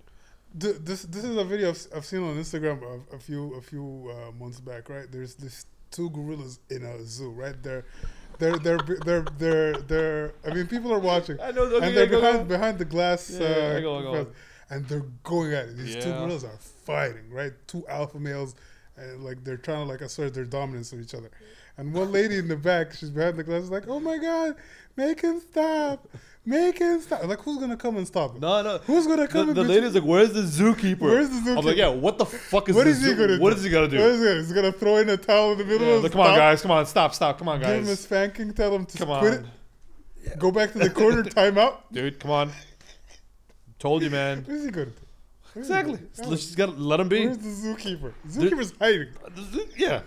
Th- this this is a video I've, s- I've seen on Instagram a, a few a few uh, months back, right? There's this two gorillas in a zoo, right? They're they're they're they're they're, they're I mean, people are watching,
I know.
and they're behind behind the glass,
Yeah, yeah,
uh,
I go, I go.
glass, and they're going at it. These two
Yeah.
gorillas are fighting, right? Two alpha males, and like they're trying to like assert their dominance on each other. And one lady in the back, she's behind the glass, is like, "Oh my god, make him stop, make him stop!" Like, who's gonna come and stop him?
No, no.
Who's gonna come
The,
and
the
bet-
lady's like, where's the zookeeper?
Where's the
I'm like,
zookeeper?
yeah, what the fuck is
What
the
is he
zoo-
gonna
What
do?
is he gonna do?
What is it? He's gonna throw in a towel in the middle
Yeah,
of
like,
the
come on,
stop,
guys. Come on, stop, stop. Come on,
Give him a
guys.
spanking. Tell him to
Come
quit
on,
it. Go back to the corner. Timeout.
dude. Come on. Told you, man.
What is he gonna do? What is he
Exactly.
gonna
So
do?
She's gotta let him be.
Where's the zookeeper? Zookeeper's hiding.
The zoo- Yeah.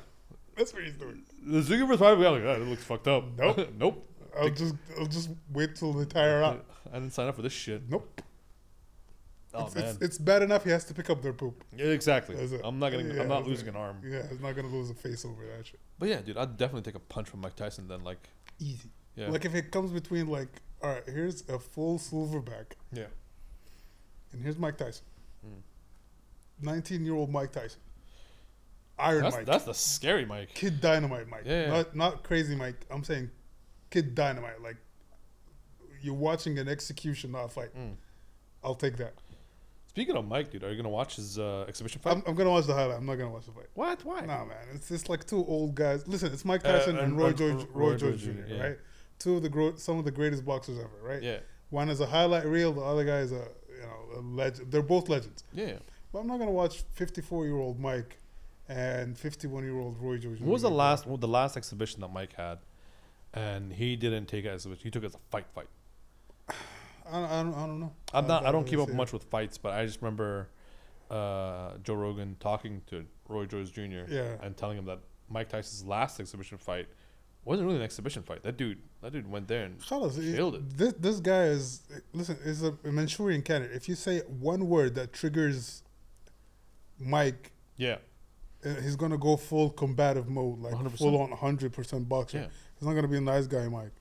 That's what he's doing.
The zookeeper's probably like, oh, it looks fucked up.
Nope.
nope.
I'll just I'll just wait till they tire
I
out.
didn't sign up for this shit.
Nope.
Oh
it's,
man.
it's, it's bad enough he has to pick up their poop.
Yeah, exactly.
That's it.
I'm not gonna.
Yeah,
I'm not
that's
losing
it.
an arm.
Yeah, he's not gonna lose a face over that shit.
But yeah, dude, I'd definitely take a punch from Mike Tyson. Then like,
Easy.
yeah,
Like if it comes between like, all right, here's a full silverback,
yeah,
and here's Mike Tyson,
Mm.
nineteen year old Mike Tyson. Iron
That's,
Mike.
that's the scary Mike.
Kid Dynamite Mike.
Yeah, yeah.
Not not Crazy Mike. I'm saying Kid Dynamite. Like you're watching an execution, not a fight.
Mm.
I'll take that.
Speaking of Mike, dude, are you gonna watch his uh, exhibition fight?
I'm, I'm gonna watch the highlight. I'm not gonna watch the fight.
what? Why?
Nah, man. It's just like two old guys. Listen, it's Mike
Uh,
Tyson
and-
and, Roy
and
George,
Roy
Roy George Jr.
George Jr., yeah.
Right? Two of the gro- some of the greatest boxers ever. Right?
Yeah,
One is a highlight reel. The other guy is a you know a legend. They're both legends.
yeah. yeah.
But I'm not gonna watch 54 year old Mike and 51 year old Roy George. Jr.
What was the last well, the last exhibition that Mike had, and he didn't take it as a he took it as a fight fight.
I don't, I don't, I don't know.
I'm
I
not I
don't
don't keep
really
up
see it.
much with fights, but I just remember uh, Joe Rogan talking to Roy George Jr.
Yeah.
and telling him that Mike Tyson's last exhibition fight wasn't really an exhibition fight. That dude that dude went there and
Khalas, he-
Killed it.
This this guy is listen is a Manchurian candidate. If you say one word that triggers Mike,
yeah
uh, he's gonna go full combative mode, like
100%.
full on hundred percent boxer.
yeah
He's not gonna be a nice guy, Mike.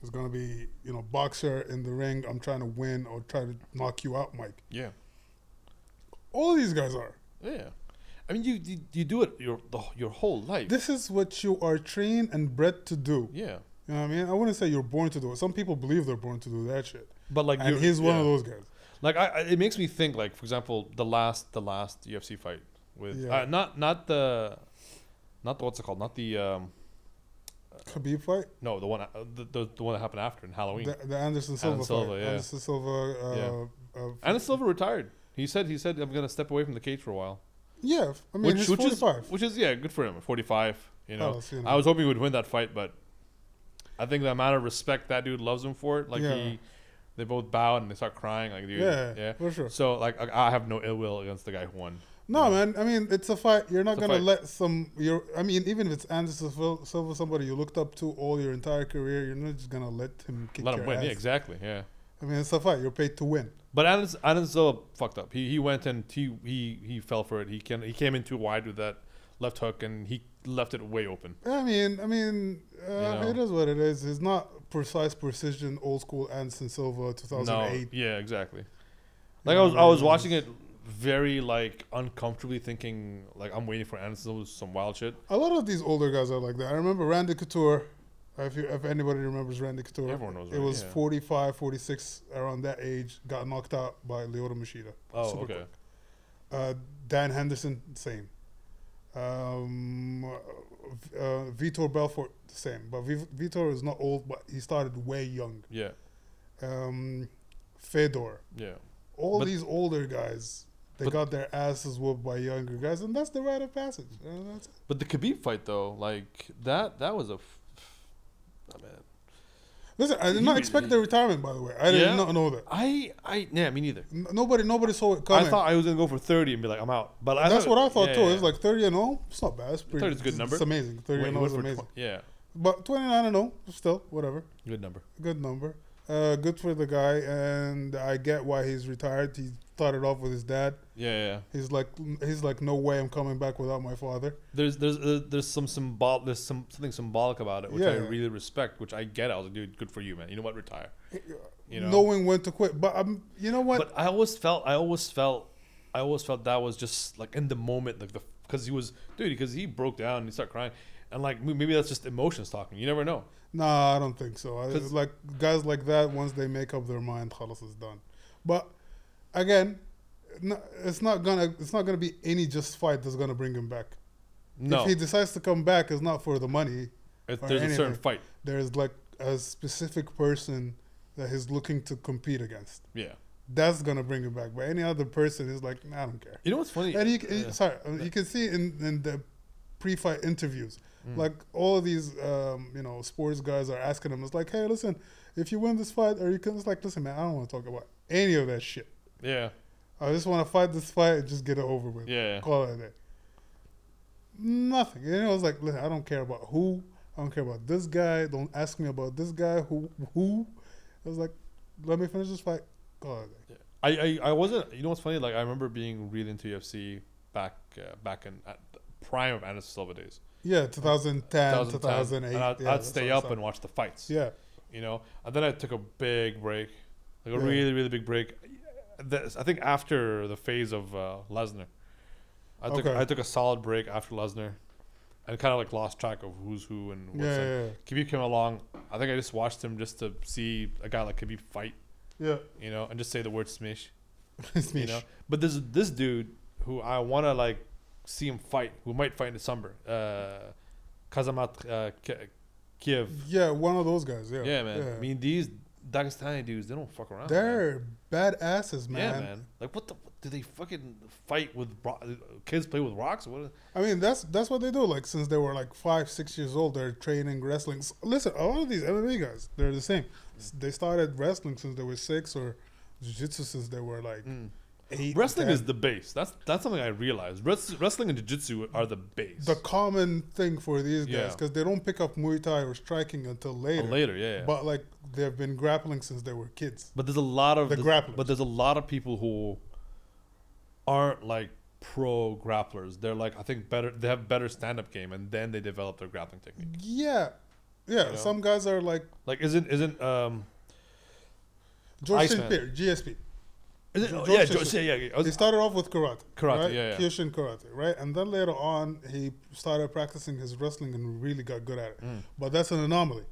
He's gonna be you know boxer in the ring. I'm trying to win or try to knock you out, Mike.
yeah
All these guys are.
yeah. I mean you you, you do it your the, your whole life.
This is what you are trained and bred to do.
yeah,
You know what I mean? I wouldn't say you're born to do it. Some people believe they're born to do that shit,
but like
and
you're-
he's one
yeah.
of those guys.
Like I, I, it makes me think. Like for example, the last the last UFC fight with
Yeah.
uh, not not the not the what's it called? Not the um,
Khabib fight.
no the one uh, the, the, the one that happened after in Halloween.
The, the Anderson Silva,
Oh, Silva,
fight.
yeah.
Anderson Silva. Uh, uh,
Anderson Silva retired. He said he said I'm gonna step away from the cage for a while,
Yeah, I mean,
which
he's
which is
45.
which is yeah good for him. 45, you know.
Oh, so, you know.
I was hoping he would win that fight, but I think the amount of respect that dude loves him for it, like
Yeah.
he, they both bowed and they start crying, like dude,
yeah,
yeah.
for sure.
So like I, I have no ill will against the guy who won.
No,
Yeah.
man. I mean, it's a fight. You're not
It's a
gonna
fight.
let some. Your, I mean, even if it's Anderson Sil- Silva, somebody you looked up to all your entire career, you're not just gonna let him kick
Let
your
him win.
ass.
Yeah, exactly. Yeah.
I mean, it's a fight. You're paid to win.
But Adams Adams Silva fucked up. He he went and he he he fell for it. He can he came in too wide with that left hook and he left it way open.
I mean, I mean, uh,
know.
it is what it is. It's not precise precision, old school Anderson Silva, 2008.
No, yeah, exactly.
You
Like I
know,
was I was
it
watching it very like uncomfortably, thinking like I'm waiting for Anderson Silva to do some wild shit.
A lot of these older guys are like that. I remember Randy Couture. If, you, if anybody remembers Randy Couture,
Everyone knows
it
Randy,
was
yeah.
45, 46, around that age. Got knocked out by Leota Machida.
Oh,
Super
okay.
quick. Uh, Dan Henderson, same. Um, uh, Vitor Belfort, same. But v- Vitor is not old, but he started way young.
Yeah,
Um, Fedor,
yeah.
all
But-
these older guys, they
but-
got their asses whooped by younger guys, and that's the rite of passage. Uh, that's
But the Khabib fight though, like that that was a. F- oh, man.
Listen, I did
He
not
was-
expect the retirement. By the way, I did
Yeah?
not know that.
I I yeah me neither.
N- nobody, nobody saw it
I
coming.
thought I was gonna go for thirty and be like I'm out. But I
That's
thought,
what I thought
yeah,
too.
yeah,
It's like thirty and zero. It's not bad. It's pretty.
30 is a good
it's-
number.
It's amazing. Thirty
Wait,
and
he
zero
went
is
for twen-
amazing.
yeah,
But twenty nine and zero, still whatever.
good number.
Good number. Uh, good for the guy, and I get why he's retired. He started off with his dad.
Yeah, yeah.
He's like, he's like, no way, I'm coming back without my father.
There's there's uh, there's some symbol there's some something symbolic about it, which I
Yeah.
really respect, which I get. I was like, dude, good for you, man. You know what? Retire. You know.
knowing when to quit. But um, you know what?
But I always felt I always felt I always felt that was just like in the moment, like the because he was dude because he broke down and he started crying, and like m- maybe that's just emotions talking. You never know.
Nah, I don't think so. I,
'Cause-
like guys like that, once they make up their mind, Khalas is done. But again, no, it's not gonna it's not gonna be any just fight that's gonna bring him back.
No,
If he decides to come back, it's not for the money.
if
or
there's a certain
anything.
fight.
There's like a specific person that he's looking to compete against.
Yeah,
That's gonna bring him back. But any other person is like, nah, I don't care.
you know what's funny?
And you, c-
Yeah.
sorry, uh, you can see in, in the pre-fight interviews,
Mm.
like all of these, um, you know, sports guys are asking him. It's like, hey, listen, if you win this fight, or you can, it's like, listen, man, I don't want to talk about any of that shit.
yeah,
I just want to fight this fight and just get it over with.
yeah,
Call it a day. Nothing. You know, it's like, listen, I don't care about who. I don't care about this guy. Don't ask me about this guy. Who? Who? I was like, let me finish this fight. Call it a day.
I, I I wasn't. You know what's funny? Like I remember being really into UFC back uh, back in at the prime of Anderson Silva days.
Yeah, 2010,
2010,
2008.
and I'd,
yeah,
I'd
that's
stay
what I
up
saw.
and watch the fights.
Yeah.
you know. And then I took a big break, like a
Yeah.
really, really big break. This- I think after the phase of uh, Lesnar, I took
Okay.
I took a solid break after Lesnar, and kind of like lost track of who's who and what's
Yeah,
like.
yeah,
Khabib came along. I think I just watched him just to see a guy like Khabib fight,
yeah.
you know, and just say the word smish,
yeah.
you know. But this this dude who I want to like see him fight, who might fight in December, uh, Kazamat uh, K- Kiev.
Yeah, one of those guys. Yeah,
Yeah, man. I mean, these Dagestani dudes, they don't fuck around. man.
they're badasses, man.
Yeah, man. Like, what the? What, do they fucking fight with ro- kids? Play with rocks? What?
I mean, that's that's what they do. Like since they were like five, six years old, they're training wrestling. S- Listen, a lot of these MMA guys, they're the same. S- They started wrestling since they were six, or jiu-jitsu since they were like eight.
Mm. Wrestling
10.
is the base. That's that's something I realized. Wrest- wrestling and jiu-jitsu are the base.
the common thing for these guys
Yeah.
because they don't pick up Muay Thai or striking until
Or
later.
Oh, later, yeah. yeah. But,
But like they've been grappling since they were kids.
there's a lot of
The
there's-
grapplers.
But there's a lot of people who aren't like pro grapplers. They're like I think better. They have better stand-up game, and then they develop their grappling technique.
Yeah,
You
yeah.
know?
Some guys are like
Like isn't isn't um
George St.
Iceman.
Pierre, GSP.
isn't
George
yeah
St.
George, yeah yeah. I was-
He started off with karate.
Karate,
right?
yeah, yeah.
Kyushin karate, right? And then later on, he started practicing his wrestling and really got good at it.
Mm.
But that's an anomaly.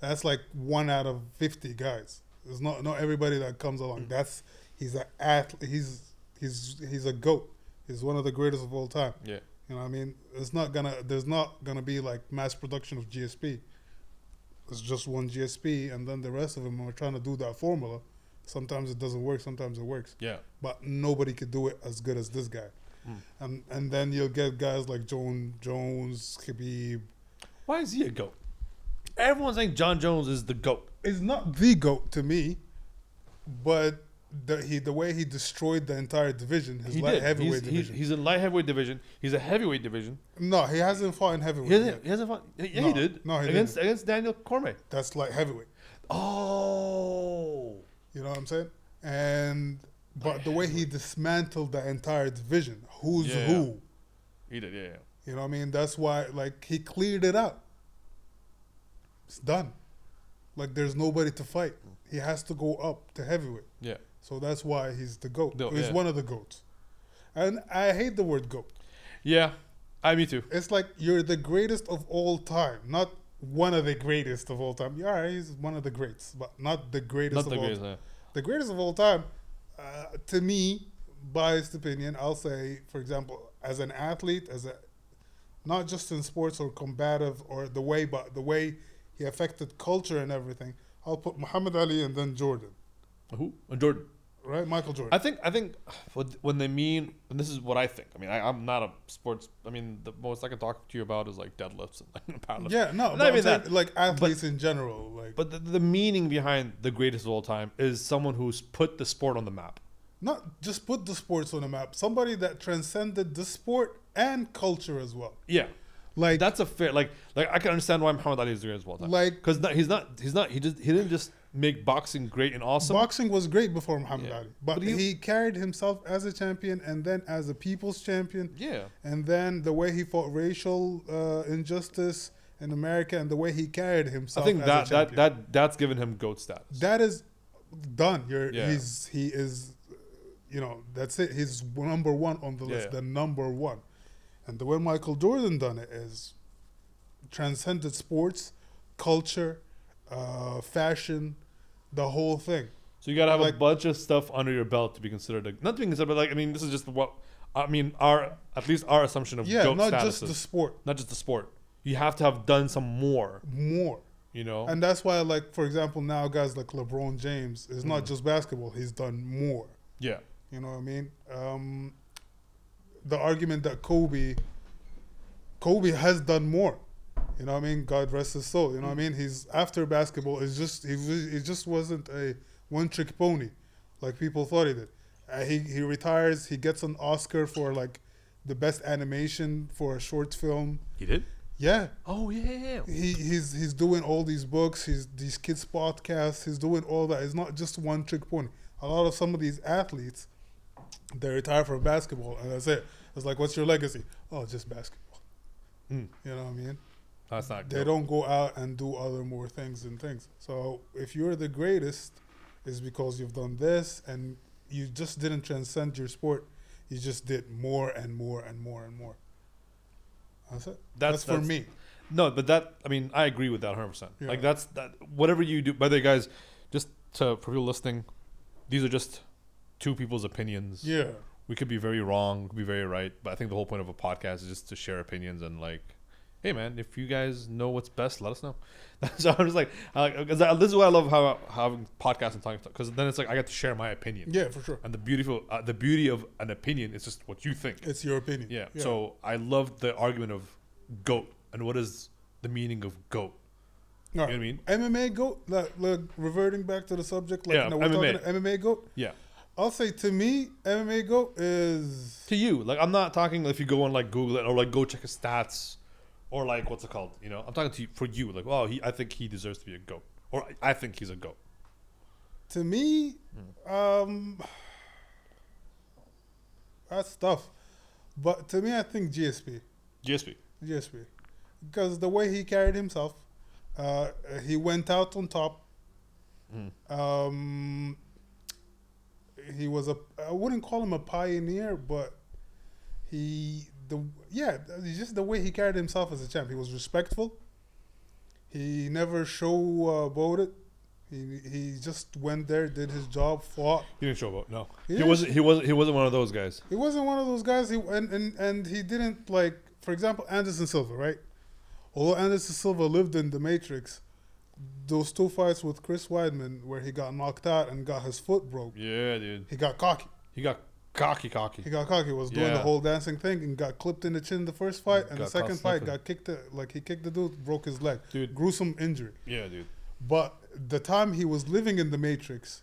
That's like one out of 50 guys. It's not not everybody that comes along.
Mm.
That's he's an athlete. He's he's he's a goat. He's one of the greatest of all time.
yeah.
You know, what I mean, it's not gonna. There's not gonna be like mass production of GSP. It's just one GSP, and then the rest of them are trying to do that formula. Sometimes it doesn't work. Sometimes it works
Yeah. Hmm.
but nobody could do it as good as this guy. And and then you'll get guys like Joan Jones, Khabib.
Why is he a goat? Everyone's saying John Jones is the goat.
It's not the goat to me, but the he the way he destroyed the entire division, his
He
light
did.
heavyweight
he's,
division.
He's, he's in light heavyweight division. He's a heavyweight division.
no, he hasn't fought in heavyweight.
He hasn't.
yet.
He hasn't fought. Yeah,
No,
he did.
no, he
against against Daniel Cormier.
That's light heavyweight.
Oh,
You know what I'm saying? And but the way he dismantled the entire division, who's
Yeah.
who?
he did. Yeah, yeah.
You know what I mean? That's why, like, he cleared it out. It's done. Like, there's nobody to fight. He has to go up to heavyweight.
Yeah.
So that's why he's the GOAT.
No,
he's
yeah.
one of the GOATs. And I hate the word GOAT.
Yeah. I me too.
It's like you're the greatest of all time, not one of the greatest of all time. Yeah, he's one of the greats, but not the greatest
Not
of
the
all
greatest.
time.
no.
The greatest of all time, uh, to me, biased opinion, I'll say, for example, as an athlete, as a not just in sports or combative or the way, but the way he affected culture and everything, I'll put Muhammad Ali and then Jordan,
Who? Uh, Jordan.
right? Michael Jordan.
I think. I think. what- When they mean, and this is what I think. I mean, I, I'm not a sports. I mean, the most I can talk to you about is like deadlifts and like powerlifting.
yeah, no,
Not
but I'm
even
saying,
that,
like athletes in general, like
But the, the meaning behind the greatest of all time is someone who's put the sport on the map.
not just put the sports on the map. Somebody that transcended the sport and culture as well.
Yeah.
Like
That's a fair like like I can understand why Muhammad Ali is the greatest of all time.
Like-
because he's not he's not he just he didn't just make boxing great and awesome.
Boxing was great before Muhammad
Yeah.
Ali, but,
But
he,
he-
carried himself as a champion and then as a people's champion.
yeah,
And then the way he fought racial uh, injustice in America and the way he carried
I
himself.
think
as
that
a
that
champion,
that that's given him goat status.
that is done. You're
Yeah.
he's he is, you know, that's it. He's number one on the list.
Yeah.
The number one, and the way Michael Jordan done it is transcended sports, culture, uh, fashion, the whole thing.
So you gotta have a
like-
bunch of stuff under your belt to be considered a not to be considered, but like I mean, this is just what I mean. Our at least our assumption of
Yeah,
goat
not
status,
just the
is-
sport.
not just the sport. You have to have done some more,
more.
you know.
And that's why, like, for example, now guys like LeBron James is
Mm.
not just basketball, he's done more.
yeah,
You know what I mean? Um, the argument that Kobe, Kobe has done more. You know what I mean? God rest his soul. You know what I mean? He's after basketball. It's just he, was- he just wasn't a one-trick pony, like people thought he did. Uh, he he retires. He gets an Oscar for like the best animation for a short film.
he did.
Yeah,
Oh yeah,
he, he's he's doing all these books, he's these kids podcasts, he's doing all that. It's not just one trick pony. A lot of some of these athletes, they retire from basketball and that's it. It's like, what's your legacy? Oh, just basketball. Mm,
Hmm.
You know what I mean?
that's not.
They
Goat.
don't go out and do other more things and things. So if you're the greatest, it's because you've done this and you just didn't transcend your sport. He just did more and more and more and more. That's it.
That's-
That's, for
that's-
me.
No, but that I mean I agree with that 100. percent
Yeah.
Like that's that whatever you do. By the way, guys, just to, for people listening, these are just two people's opinions.
Yeah.
we could be very wrong, we could be very right, but I think the whole point of a podcast is just to share opinions and like, hey man, if you guys know what's best, let us know. so I'm just like, I like 'cause I- this is why I love how having podcasts and talking because then it's like I get to share my opinion,
Yeah, for sure.
and the beautiful, uh, the beauty of an opinion is just what you think.
It's your opinion.
Yeah. So I loved the argument of goat and what is the meaning of goat.
All
You know what I mean?
MMA goat. Like, like reverting back to the subject. Like
Yeah,
now we're
MMA.
talking MMA goat.
Yeah.
I'll say to me, MMA goat is
To you, like I'm not talking if you go and like Google it or like go check his stats or like what's it called? You know, I'm talking to you for you. Like, oh, he, I think he deserves to be a goat, or I- I think he's a goat.
to me.
Hmm.
Um, that's tough, but to me, I think GSP.
GSP.
GSP, because the way he carried himself, uh, he went out on top. Um, he was a I wouldn't call him a pioneer, but he the yeah it's just the way he carried himself as a champ. He was respectful. He never showboated. it. He he just went there, did his job, fought.
He didn't show up. No, he
He didn't-
wasn't. He wasn't. He wasn't one of those guys.
He wasn't one of those guys. He and, and and he didn't like, for example, Anderson Silva, right? Although Anderson Silva lived in the Matrix, those two fights with Chris Weidman, where he got knocked out and got his foot broke,
Yeah, dude.
he got cocky.
He got cocky, cocky.
He got cocky. Was doing the
Yeah.
whole dancing thing and got clipped in the chin the first fight,
Got
and the
caught
second fight
sniffing.
got kicked. The, like he kicked the dude, broke his leg.
Dude.
gruesome injury.
Yeah, dude.
But the time he was living in the Matrix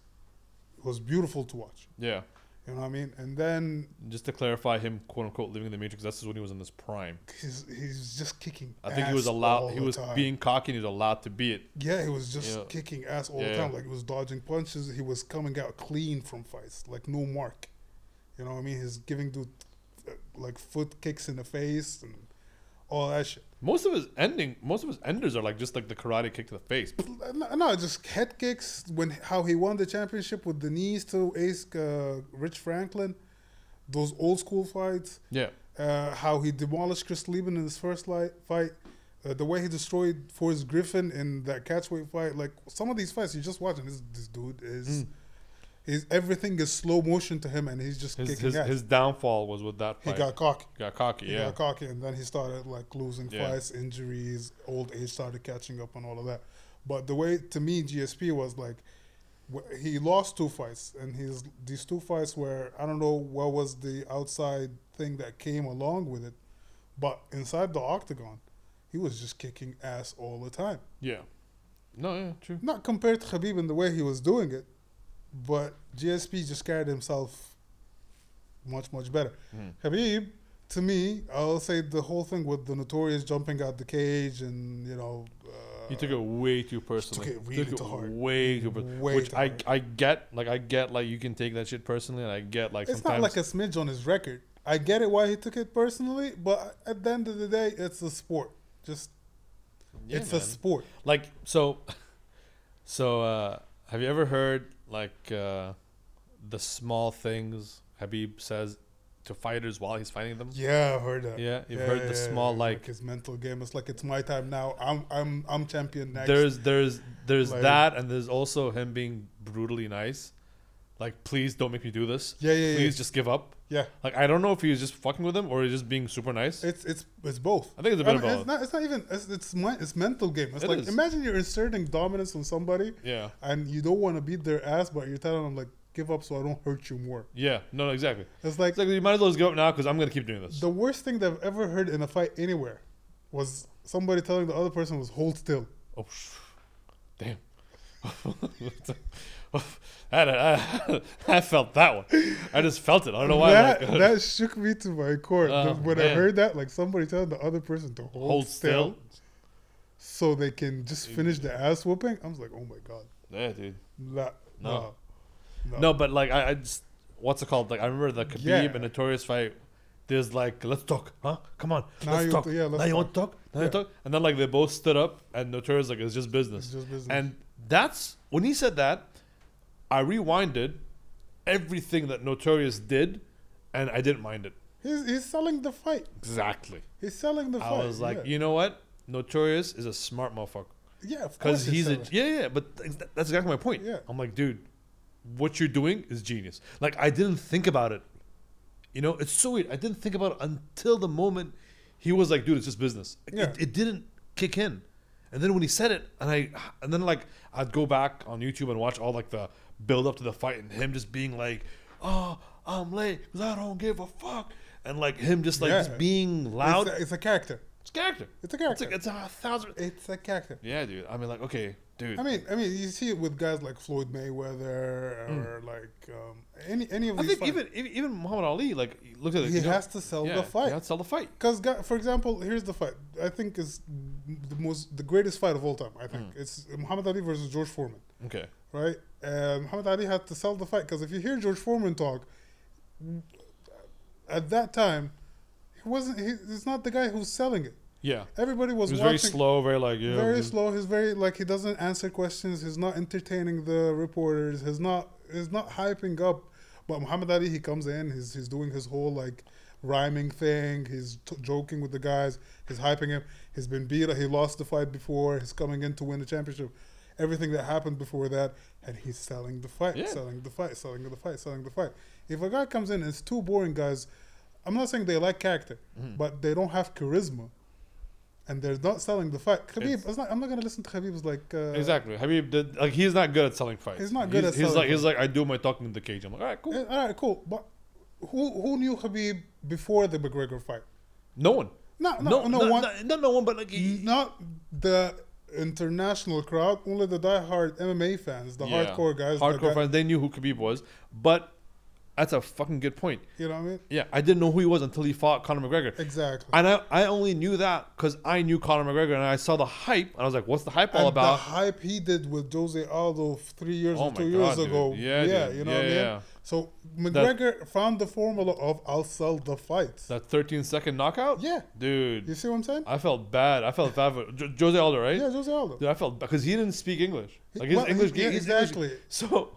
was beautiful to watch.
Yeah.
You know what I mean? And then
Just to clarify, him quote unquote living in the matrix. That's when he was in this prime.
he's, he's just kicking.
I think he was
ass all
allowed. He
the
was
time.
being cocky. and He was allowed to be it.
Yeah, he was just
Yeah.
kicking ass all the
Yeah.
time. Like he was dodging punches. He was coming out clean from fights, like no mark. You know what I mean? He's giving dude uh, like foot kicks in the face and all that shit.
Most of his ending, most of his enders are like just like the karate kick to the face.
No, no, just head kicks. When how he won the championship with the knees to Ace uh, Rich Franklin, those old school fights.
Yeah,
uh, how he demolished Chris Lieben in his first li- fight, uh, the way he destroyed Forrest Griffin in that catchweight fight. Like some of these fights, you're just watching this. This dude
Hmm.
is, his everything is slow motion to him, and he's just
his
kicking
his,
ass.
his downfall was with that
he
fight.
got cocky.
Got cocky.
He
yeah.
got cocky, and then he started like losing
Yeah.
fights, injuries, old age started catching up, and all of that. But the way to me, GSP was like wh- he lost two fights, and his these two fights were I don't know what was the outside thing that came along with it, but inside the octagon, he was just kicking ass all the time.
yeah. No, yeah, true.
Not compared to Khabib in the way he was doing it, but GSP just carried himself much much better.
Mhm.
Habib, to me, I'll say the whole thing with the notorious jumping out the cage and you know. Uh,
He took it way too personally.
it really to heart.
Way too personally.
Way
Which
to
I,
heart.
I get. Like I get. Like you can take that shit personally, and I get like
It's not
sometimes.
like a smidge on his record. I get it why he took it personally, but at the end of the day, it's a sport. Just
Yeah,
it's a
man.
sport.
like so. So uh, have you ever heard like uh, the small things Habib says to fighters while he's fighting them?
Yeah, I heard that.
Yeah, you've
Yeah,
heard
yeah,
the
yeah,
small
yeah.
like
his mental game. It's like it's my time now. I'm I'm I'm champion next.
there's there's there's
Like-
that and there's also him being brutally nice like please don't make me do this
Yeah, yeah, yeah.
please just give up
yeah,
like i don't know if he was just fucking with him or he's just being super nice
it's it's it's both.
i think it's a bit
I
of
mean,
both
it's not. It's not even. It's it's, my, it's mental game. It's
It
like
is.
imagine you're inserting dominance on somebody,
yeah
and you don't want to beat their ass, but you're telling them like, give up so I don't hurt you more.
yeah no, no exactly
It's like
exactly you might as well just give up now because i'm gonna keep doing this
the worst thing that I've ever heard in a fight anywhere was somebody telling the other person was hold still.
oh psh. damn I, don't- I, I felt that one i just felt it i don't know why
that
like,
that shook me to my core.
Oh,
The- when I
man.
heard that, like somebody telling the other person to hold,
hold
still,
still
so they can just finish the ass whooping. I was like, oh my god,
yeah dude
nah,
No.
nah,
No, but like I, I just what's it called? Like I remember the Khabib
Yeah.
and Notorious fight. There's like let's talk, huh? Come on,
Now
let's
you-
talk.
yeah, let's
now you want to talk? Now you
Yeah.
talk? And then like they both stood up, and Notorious like it's just business.
it's just business.
And that's when he said that. I rewinded everything that Notorious did, and I didn't mind it.
He's, he's selling the fight.
Exactly.
He's selling the
I
fight.
was like,
yeah,
you know what? Notorious is a smart motherfucker
yeah of course
because he's a
selling.
yeah, yeah. But th- that's exactly my point.
Yeah.
I'm like, dude, what you're doing is genius. Like I didn't think about it. You know, it's so weird. I didn't think about it until the moment he was like, dude, it's just business. It-
Yeah.
It, didn't kick in, and then when he said it, and I and then like I'd go back on YouTube and watch all like the build up to the fight and him just being like, oh, I'm late because I don't give a fuck, and like him just like
Yeah.
just being
It's
loud.
a, it's a character.
It's character.
It's a
It's
character.
like it's a thousand.
It's a character.
Yeah, dude. I mean, like, okay, dude.
I mean, I mean, you see it with guys like Floyd Mayweather or like um, any any of
Hmm. I
these.
think
fights.
even even even Muhammad Ali, like, looked at it.
he
you know,
has to sell
yeah,
the
He
fight.
has to sell the fight.
Because, for example, here's the fight. I think is the most the greatest fight of all time. I
Hmm.
think it's Muhammad Ali versus George Foreman,
Okay.
right? And Muhammad Ali had to sell the fight because if you hear George Foreman talk, at that time, he wasn't. He, he's not the guy who's selling it.
Yeah.
Everybody was,
He was very
watching.
slow, very like yeah.
very
just-
slow. He's very like he doesn't answer questions. He's not entertaining the reporters. He's not he's not hyping up. But Muhammad Ali, he comes in. He's he's doing his whole like rhyming thing. He's t- joking with the guys. He's hyping him. He's been beat. He lost the fight before. He's coming in to win the championship. Everything that happened before that, and he's selling the fight,
Yeah.
selling the fight, selling the fight, selling the fight. If a guy comes in and it's two boring guys, I'm not saying they lack character,
Mm-hmm.
but they don't have charisma and they're not selling the fight. Khabib,
It's-
it's, not, I'm not gonna listen to Khabib's like uh,
Exactly. Habib did like he's not good at selling fights.
He's not good
he's,
at
he's
selling
like he's like I do my talking in the cage. I'm like, all right, cool.
Yeah, all right, eh, cool, but who who knew Khabib before the McGregor fight?
No one.
No, no,
No,
no,
not,
one,
Not, not no one, but like he,
not the international crowd, only the diehard MMA fans, the
yeah.
hardcore guys, the
hardcore
guy-
fans. They knew who Khabib was, but that's a fucking good point.
You know what I mean?
Yeah, I didn't know who he was until he fought Conor McGregor.
Exactly.
And I, I only knew that because I knew Conor McGregor and I saw the hype and I was like, what's the hype all
and
about?
the hype he did with Jose Aldo three years
Oh
or
my
two
God,
years
dude.
ago.
Yeah,
yeah,
dude.
you know
Yeah,
what I mean.
yeah.
So McGregor found the formula of I'll sell the fights.
That 13 second knockout?
Yeah.
Dude,
You see what I'm saying?
I felt bad. I felt bad for Jo- Jose Aldo, right?
yeah, Jose Aldo.
Dude, I felt because he didn't speak English. Like his
well, he-
English
yeah,
game, his English-
exactly.
so,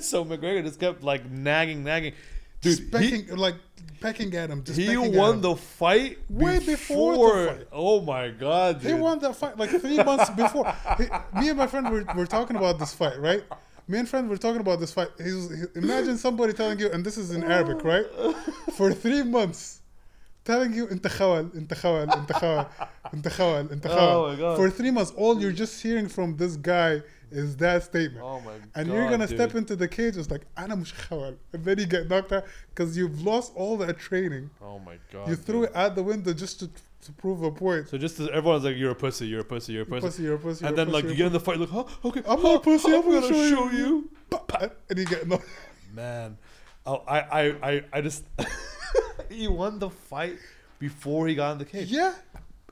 so McGregor just kept like nagging, nagging. Dude,
Just
he,
pecking, like pecking at him. Just
he
pecking at
won
him.
the fight
Way before the
before-
fight.
Oh my god,
He
dude.
won that fight like three months before. He- me and my friend were, were talking about this fight, right? Me and friend were talking about this fight. He was, he- imagine somebody telling you, and this is in Arabic, right? For three months, telling you "انت خوال انت خوال انت خوال انت خوال انت
Oh my
خوال."
God.
For three months, all you're just hearing from this guy is that statement.
Oh my
and you're
God,
gonna step
dude.
into the cage, it's like "أنا مش خوال," and then you get knocked out because you've lost all that training.
Oh my god.
You threw
dude.
it out the window just to, to prove a point.
So just as everyone's like, "You're a pussy, you're a pussy, you're a pussy,",
Pussy, you're a pussy,
and
you're a
then like
pussy,
you get
you're
in the fight, like, "Huh? Okay,
I'm not a
huh,
pussy,
huh,
I'm gonna show
show you."
a pussy. And you get knocked.
Man, oh, I, I, I, I just he won the fight before he got in the cage.
Yeah,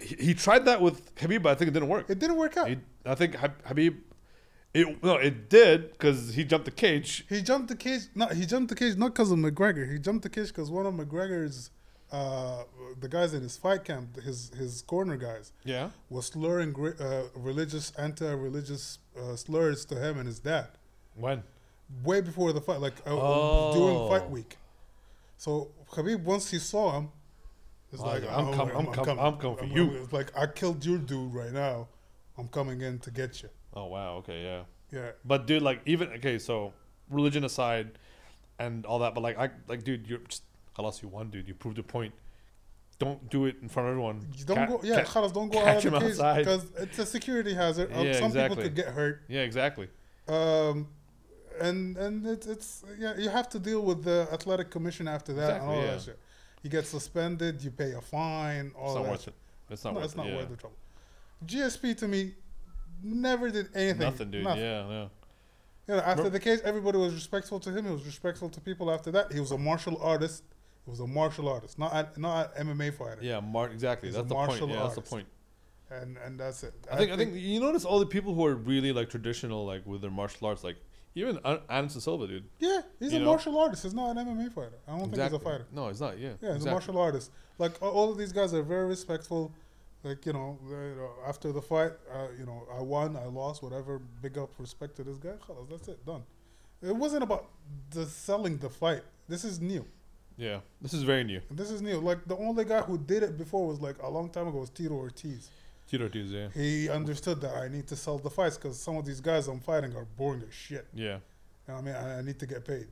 He, he tried that with Habib, but I think it didn't work.
it didn't work out.
He, I think Hab- Habib, it no, it did because he jumped the cage.
He jumped the cage. No, he jumped the cage not because of McGregor. He jumped the cage because one of McGregor's, uh, the guys in his fight camp, his his corner guys,
Yeah.
was slurring gre- uh, religious, anti-religious uh, slurs to him and his dad
When?
way before the fight, like uh, uh, during
Oh.
fight week. So Khabib, once he saw him, it's
Oh,
like
yeah, I'm com- I'm com- I'm coming for you.
It's like I killed your dude right now. I'm coming in to get you.
Oh wow. Okay. Yeah.
Yeah.
But dude, like even okay, so religion aside and all that, but like I like dude, you're just unless you won, dude, you proved a point. Don't do it in front of everyone.
You don't
Cat-
go, yeah,
cat-
Khalas, don't go
catch
out of the
him
cage
outside.
because it's a security hazard. Um,
Yeah,
Some
exactly.
people could get hurt,
yeah, exactly.
um, and and it's it's yeah, you have to deal with the athletic commission after that
Exactly,
and all
yeah.
that shit. You get suspended, you pay a fine, all
It's not
that.
worth
shit.
it. It's not
Oh, no,
worth
it's
it.
not
yeah.
worth the trouble. GSP to me never did anything.
Nothing, dude. Yeah, yeah.
You know, after the cage, everybody was respectful to him. He was respectful to people after that. He was a martial artist. He was a martial artist, not a, not an MMA fighter.
Yeah, Mark. Exactly.
He's a
that's the point.
martial
Yeah, that's the
artist.
point.
And and that's it.
I think, I think you notice all the people who are really like traditional, like with their martial arts, like even An- Anderson Silva, dude.
Yeah, he's
You
a
know?
martial artist. He's not an MMA fighter. I don't think he's a fighter.
No, he's not. Yeah.
Yeah, he's
exactly.
a martial artist. Like a- all of these guys are very respectful. Like you know, they- you know, after the fight, uh, you know, I won, I lost, whatever. Big up, respect to this guy. Khalas, that's it, done. It wasn't about the selling the fight. This is new.
Yeah, this is very new.
And this is new. Like the only guy who did it before was like a long time ago was Tito Ortiz.
Tito Ortiz, yeah.
He understood that I need to sell the fights because some of these guys I'm fighting are boring as shit.
Yeah.
You know what I mean, I, I need to get paid.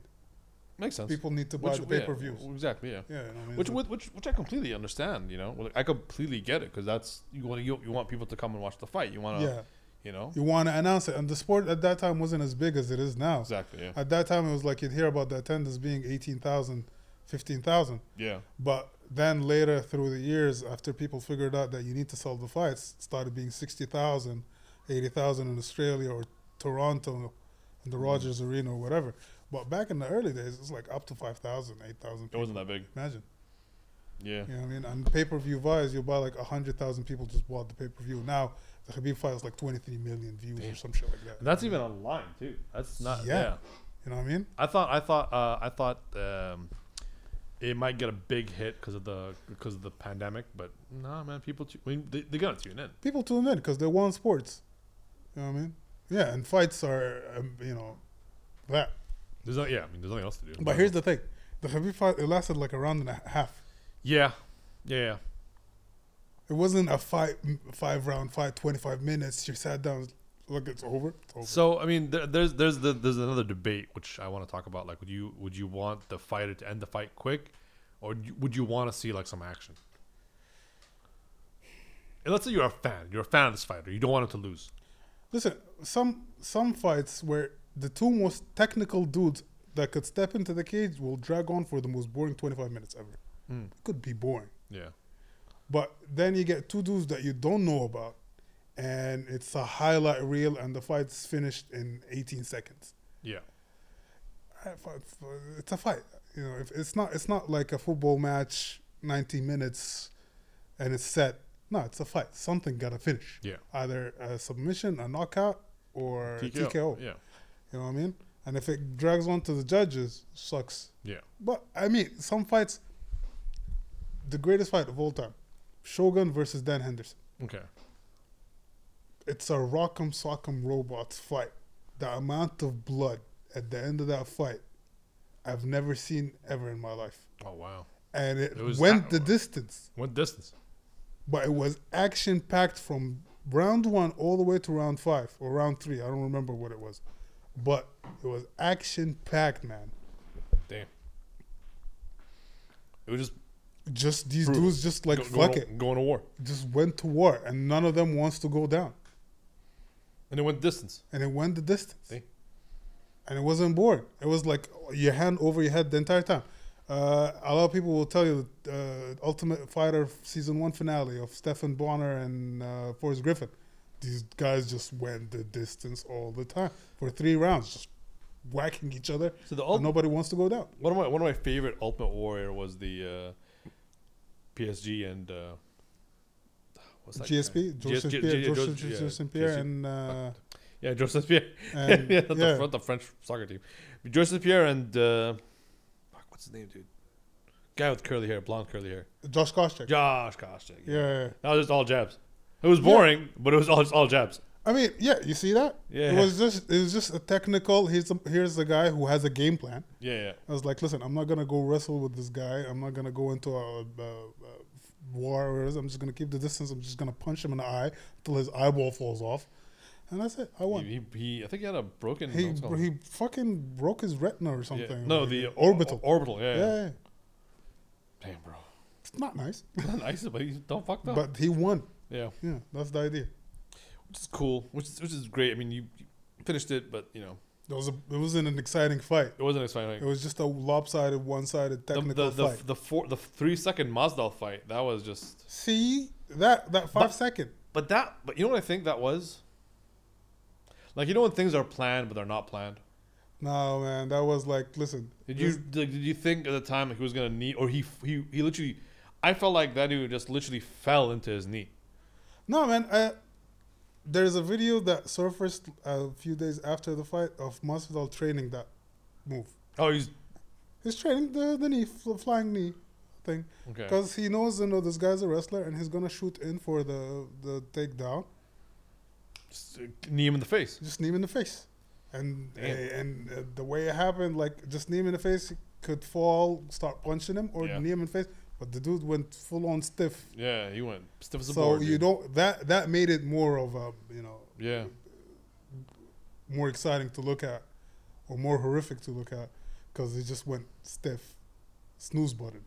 Makes sense.
People need to buy
Which-
the
yeah,
pay per views.
Exactly, yeah.
Yeah, you know what I mean?
Which,
So-
which which which I completely understand, you know. Well, I completely get it because that's you want you, you want people to come and watch the fight. You want to,
yeah,
you know,
you want to announce it, and the sport at that time wasn't as big as it is now.
exactly, yeah,
At that time, it was like you'd hear about the attendance being 18,000, 15,000.
yeah,
But then later, through the years, after people figured out that you need to sell the fights, it started being 60,000, 80,000 in Australia or Toronto in
Mm.
the Rogers Arena or whatever. But back in the early days, it was like up to 5,000, 8,000.
it wasn't that big,
Imagine.
yeah,
You know what I mean? And pay per view buys, you'll buy like 100,000 people just bought the pay per view. Now, the Khabib fight is like 23 million views or some shit like that.
And that's even online too. That's not,
Yeah.
yeah.
You know what I mean?
I thought I thought uh, I thought um, it might get a big hit because of the because of the pandemic, but nah, man, people tu- I mean, they they gotta tune in.
people tune in because they want sports. You know what I mean? Yeah, and fights are, um, you know, that.
There's no, yeah, I mean, there's nothing else to do.
But here's the thing: the Khabib fight it lasted like a round and a half.
yeah, yeah, yeah.
It wasn't a five five round fight, twenty five minutes. You sat down, look, it's over. It's over.
So I mean, there, there's there's the, there's another debate which I want to talk about. Like, would you would you want the fighter to end the fight quick, or do you- would you want to see like some action? And let's say you're a fan. You're a fan of this fighter. You don't want him to lose.
Listen, some some fights where the two most technical dudes that could step into the cage will drag on for the most boring twenty five minutes ever.
Mm.
Could be boring.
Yeah,
But then you get two dudes that you don't know about, and it's a highlight reel, and the fight's finished in 18 seconds.
yeah,
I- f- It's a fight, you know. If it's not, it's not like a football match, 90 minutes, and it's set. No, it's a fight. Something gotta finish.
yeah.
Either a submission, a knockout, or TKO.
Yeah,
You know what I mean? And if it drags on to the judges, sucks.
yeah.
But I mean, some fights. The greatest fight of all time, Shogun versus Dan Henderson.
Okay.
it's a rock'em sock'em robots fight. The amount of blood at the end of that fight, I've never seen ever in my life,
Oh wow.
and it,
It was that-
went the distance.
What distance?
But it was action packed from round one all the way to round five or round three. I don't remember what it was, but it was action packed, man.
Damn. It was just
Just these
Brutal.
dudes, just like
go-
fuck
going,
it,
going to war,
just went to war, and none of them wants to go down,
and it went distance.
and it went the distance.
See?
and it wasn't boring. It was like your hand over your head the entire time. Uh, a lot of people will tell you the uh, Ultimate Fighter season one finale of Stephen Bonner and uh, Forrest Griffin. These guys just went the distance all the time for three rounds, just whacking each other.
So the
and
ultimate,
nobody wants to go down.
one of my one of my favorite Ultimate Warrior was the uh, PSG and uh, what's that? guy?
GSP, George
G-
St.
G-
Pierre,
G-
George
George-
St.
yeah,
George St. Pierre,
PSG.
and, uh,
Yeah, Joseph Pierre.
and
yeah, the,
yeah.
Fr- the French soccer team. Joseph Pierre and uh, fuck, what's his name, dude? Guy with curly hair, blonde curly hair.
Josh Koscheck.
Josh Koscheck.
Yeah, yeah, yeah.
That was just all jabs. It was boring, but it was all, all jabs.
I mean, yeah, you see that?
Yeah.
It was just it was just a technical. Here's a, here's the guy who has a game plan.
Yeah, yeah.
I was like, listen, I'm not gonna go wrestle with this guy. I'm not gonna go into a, a, a war. Or I'm just gonna keep the distance. I'm just gonna punch him in the eye until his eyeball falls off, and that's it. I won.
He, he, he- I think he had a broken.
He
what's it called?
he fucking broke his retina or
Yeah.
something.
No,
Like,
the
orbital.
o- orbital. Yeah,
yeah.
yeah.
yeah.
Damn, bro.
it's not nice,
Not nice, but he's don't fucked up.
but he won.
yeah,
Yeah, that's the idea.
which is cool. Which is, which is great. I mean, you, you finished it, but you know,
It was a, it wasn't an exciting fight.
it wasn't exciting.
It was just a lopsided, one-sided
the the
technical
the,
fight.
f- the four the three second Masdal fight that was just.
See that that five
But-
second.
But that but you know what I think that was. Like you know when things are planned but they're not planned.
No man, that was like listen.
Did you
this-
like, did you think at the time like, he was gonna knee or he he he literally, I felt like that dude just literally fell into his knee.
No, man. I, there's a video that surfaced a few days after the fight of Masvidal training that move.
Oh, he's
He's training the, the knee, fl- flying knee thing.
okay.
Because he knows, you know, this guy's a wrestler and he's going to shoot in for the, the takedown.
Just, uh, knee him in the face.
Just knee him in the face. And uh,
Damn.
and uh, the way it happened, like just knee him in the face, he could fall, start punching him, or
Yeah.
knee him in the face. But the dude went full on stiff.
Yeah, he went stiff as a
So
board.
you
dude.
don't that that made it more of a you know
Yeah,
more exciting to look at, or more horrific to look at, because it just went stiff, snooze button,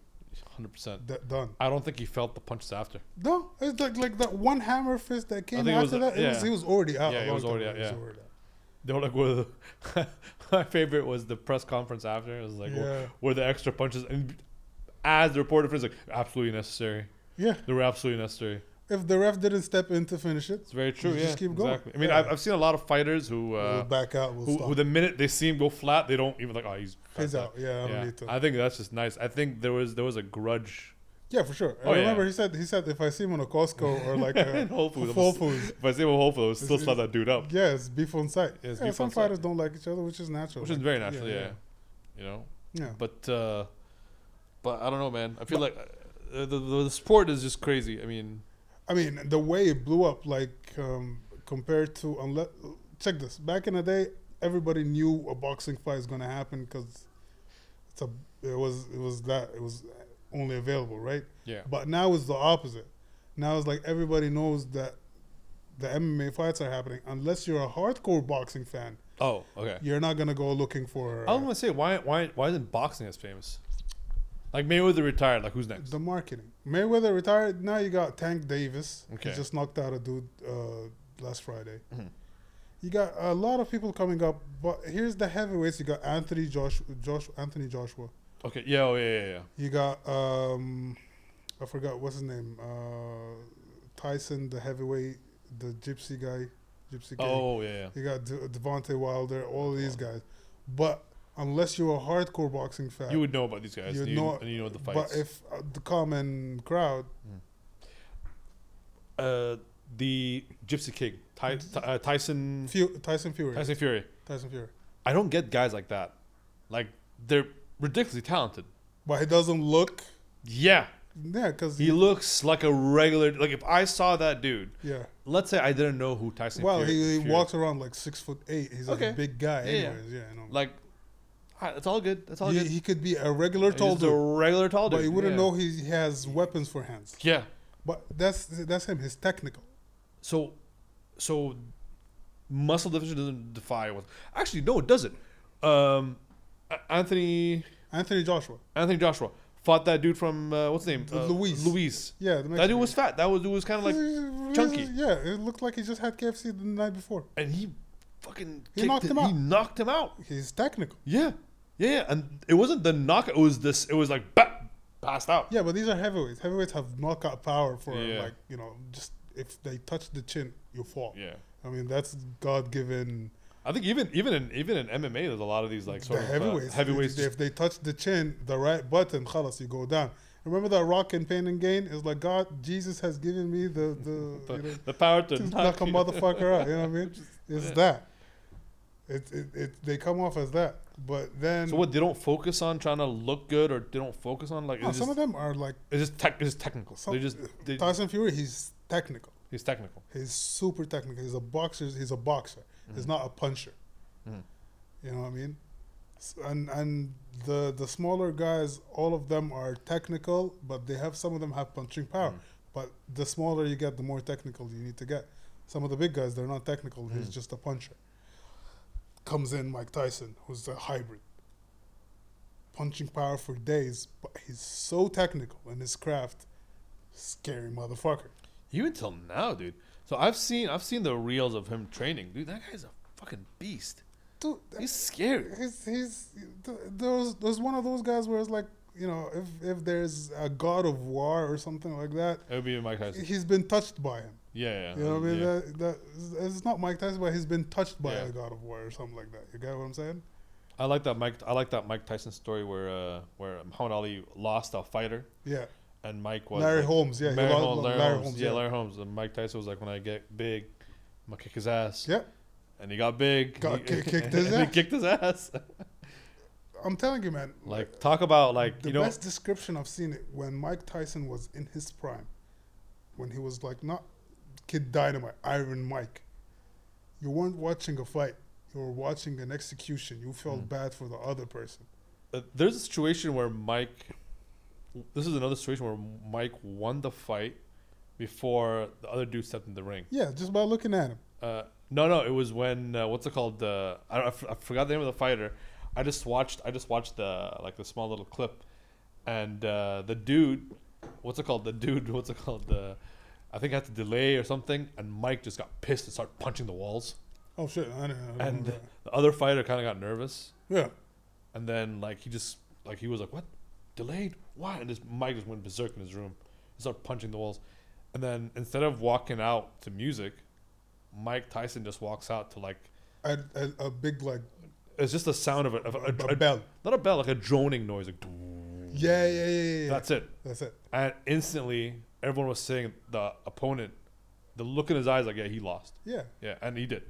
hundred percent.
d- done.
I don't think he felt the punches after.
No, it's like like that one hammer fist that came
think it was
after
a-
that. It was,
yeah.
he was already out.
Yeah,
a
he
long
was already
time
out,
ago. He
yeah.
was already out.
They were like, where the my favorite was the press conference after. It was like, where,
yeah,
where the extra punches and as the reporter was like, absolutely necessary.
yeah.
They were absolutely necessary.
If the ref didn't step in to finish it,
It's very true.
You
yeah,
just keep going.
exactly. I mean,
Yeah.
I've, I've seen a lot of fighters who,
we'll
uh,
back out. We'll
who,
stop.
who the minute they see him go flat, they don't even like, oh, he's
He's out. Yeah, I don't
Yeah.
need to.
I think that's just nice. I think there was there was a grudge.
yeah, for sure.
Oh,
I
yeah.
remember he said he said if I see him on a Costco or like a
in Whole Foods, I'm
Whole
gonna s-
Foods,
If I say well, Whole Foods, I'll still
It's-
slap that dude up,
yeah, it's beef on sight.
Yeah, it's
yeah,
beef
some
on sight.
fighters don't like each other, which is natural.
which is
Like,
very natural. Yeah, you know.
yeah. yeah.
But uh, but I don't know, man. I feel like uh, the, the the sport is just crazy. I mean,
I mean, the way it blew up, like um, compared to unless check this. Back in the day, everybody knew a boxing fight is gonna happen because it's a it was it was that it was only available, right?
yeah,
But now it's the opposite. Now it's like everybody knows that the MMA fights are happening. Unless you're a hardcore boxing fan,
Oh, okay.
you're not gonna go looking for
I was
uh,
gonna say why why why isn't boxing as famous? Like Mayweather retired. Like who's next?
the marketing. Mayweather retired. Now you got Tank Davis.
Okay.
He just knocked out a dude uh, last Friday.
Mhm.
You got a lot of people coming up, but here's the heavyweights. You got Anthony Joshua, Josh, Anthony Joshua.
Okay. Yeah. Oh, yeah. Yeah. Yeah.
You got um, I forgot what's his name. Uh, Tyson, the heavyweight, the gypsy guy, gypsy. Guy.
Oh, yeah. yeah.
You got De- Devontae Wilder, all these guys. But unless you're a hardcore boxing fan,
You would know about these guys.
You
and Uh, You
know-
and you know the
but
fights.
if uh, the common crowd,
uh, the Gypsy King, Ty, Ty, uh, Tyson,
Fu- Tyson Fury, Tyson,
Tyson Fury.
Fury,
I don't get guys like that. Like they're ridiculously talented.
but he doesn't look,
Yeah,
yeah, because
he looks like a regular. Like if I saw that dude,
yeah.
let's say I didn't know who Tyson.
Well,
Fury,
he, he
Fury-
walks around like six foot eight. He's
Okay.
a big guy,
Yeah, yeah.
anyways. Yeah, I know.
Like, ah, it's all good. That's all
he,
good.
he could be a regular
He's
tall
just a
dude,
regular tall dude.
but you wouldn't
yeah.
know he has weapons for hands.
Yeah.
But that's that's him. He's technical.
So, so muscle deficiency doesn't defy what. Actually, no, it doesn't. Um, A- Anthony
Anthony Joshua,
Anthony Joshua fought that dude from uh, what's his name?
The
Uh,
Luis.
Luis.
yeah, the
That
Mexican.
dude was fat. That was dude was kind of like, chunky.
Yeah, it looked like he just had KFC the night before.
and he fucking
He
kicked
knocked
it-
him
He
out.
knocked him out.
He's technical.
Yeah, yeah, yeah. And it wasn't the knock. It was this. It was like bah, passed out.
Yeah, but these are heavyweights. Heavyweights have knockout power for
Yeah.
like you know, just if they touch the chin, you fall.
Yeah.
I mean, that's God given.
I think even even in even in MMA, there's a lot of these like sort
the
of uh,
heavyweights.
heavyweights.
If,
just-
if they touch the chin, the right button, khalas, you go down. Remember that rock and pain and gain? It's like God, Jesus has given me the the,
the,
you know,
the power to
to
knock
knock a
you-
motherfucker out. You know what I mean? It's that. It, it, it they come off as that, but then
So what? They don't focus on trying to look good, or they don't focus on like
no,
it's,
some
just,
of them are like
it's just tech, it's just technical.
Some-
they just they,
Tyson Fury. He's technical.
it's technical.
He's super technical. He's a boxer. He's a boxer. He's not a puncher.
Mhm.
You know what I mean? S- And and the the smaller guys, all of them are technical, but they have some of them have punching power.
Mhm.
But the smaller you get, the more technical you need to get. Some of the big guys, they're not technical. He's just a puncher. Comes in Mike Tyson, who's a hybrid. Punching power for days, but he's so technical in his craft. Scary motherfucker.
Even till now, dude. So I've seen I've seen the reels of him training, dude. That guy's a fucking beast.
Dude,
He's scary.
he's he's th- there's there's one of those guys where it's like you know if if there's a god of war or something like that
It would be Mike Tyson.
he's been touched by him
Yeah, yeah.
you know what i mean
yeah.
that, that it's not mike tyson but he's been touched by
Yeah.
a god of war or something like that you get what i'm saying
I like that Mike. I like that Mike Tyson story where uh, where Muhammad Ali lost a fighter
yeah
and Mike was
larry
like,
holmes yeah he
Larry,
lo-
Holmes,
lo-
Larry Holmes, yeah,
yeah.
Larry Holmes. And Mike Tyson was like, when I get big, I'm gonna kick his ass.
Yeah.
And he got big.
Got
he,
ki- kicked his
and
ass.
He kicked his ass.
i'm telling you man
like talk about like
the
you know
best description i've seen it when mike tyson was in his prime when he was like not kid dynamite iron mike you weren't watching a fight you you're watching an execution. You felt
Mm.
bad for the other person.
Uh, there's a situation where Mike. This is another situation where Mike won the fight before the other dude stepped in the ring.
Yeah, just by looking at him.
Uh, no, no, it was when uh, what's it called? Uh, I, I, f- I forgot the name of the fighter. I just watched. I just watched the like the small little clip, and uh, the dude, what's it called? The dude, what's it called? The I think I had to delay or something, and Mike just got pissed and started punching the walls.
Oh shit! I don't know.
And the other fighter kind of got nervous,
yeah,
and then like he just like he was like, "What? Delayed? Why?" And this Mike just went berserk in his room, and started punching the walls, and then instead of walking out to music, Mike Tyson just walks out to like
a, a, a big like
it's just the sound of a, of a,
a,
a-
bell.
not a bell like a droning noise like doo.
Yeah, yeah, yeah, yeah. yeah.
that's it
that's it.
and instantly everyone was saying the opponent the look in his eyes like yeah he lost
Yeah,
yeah and he did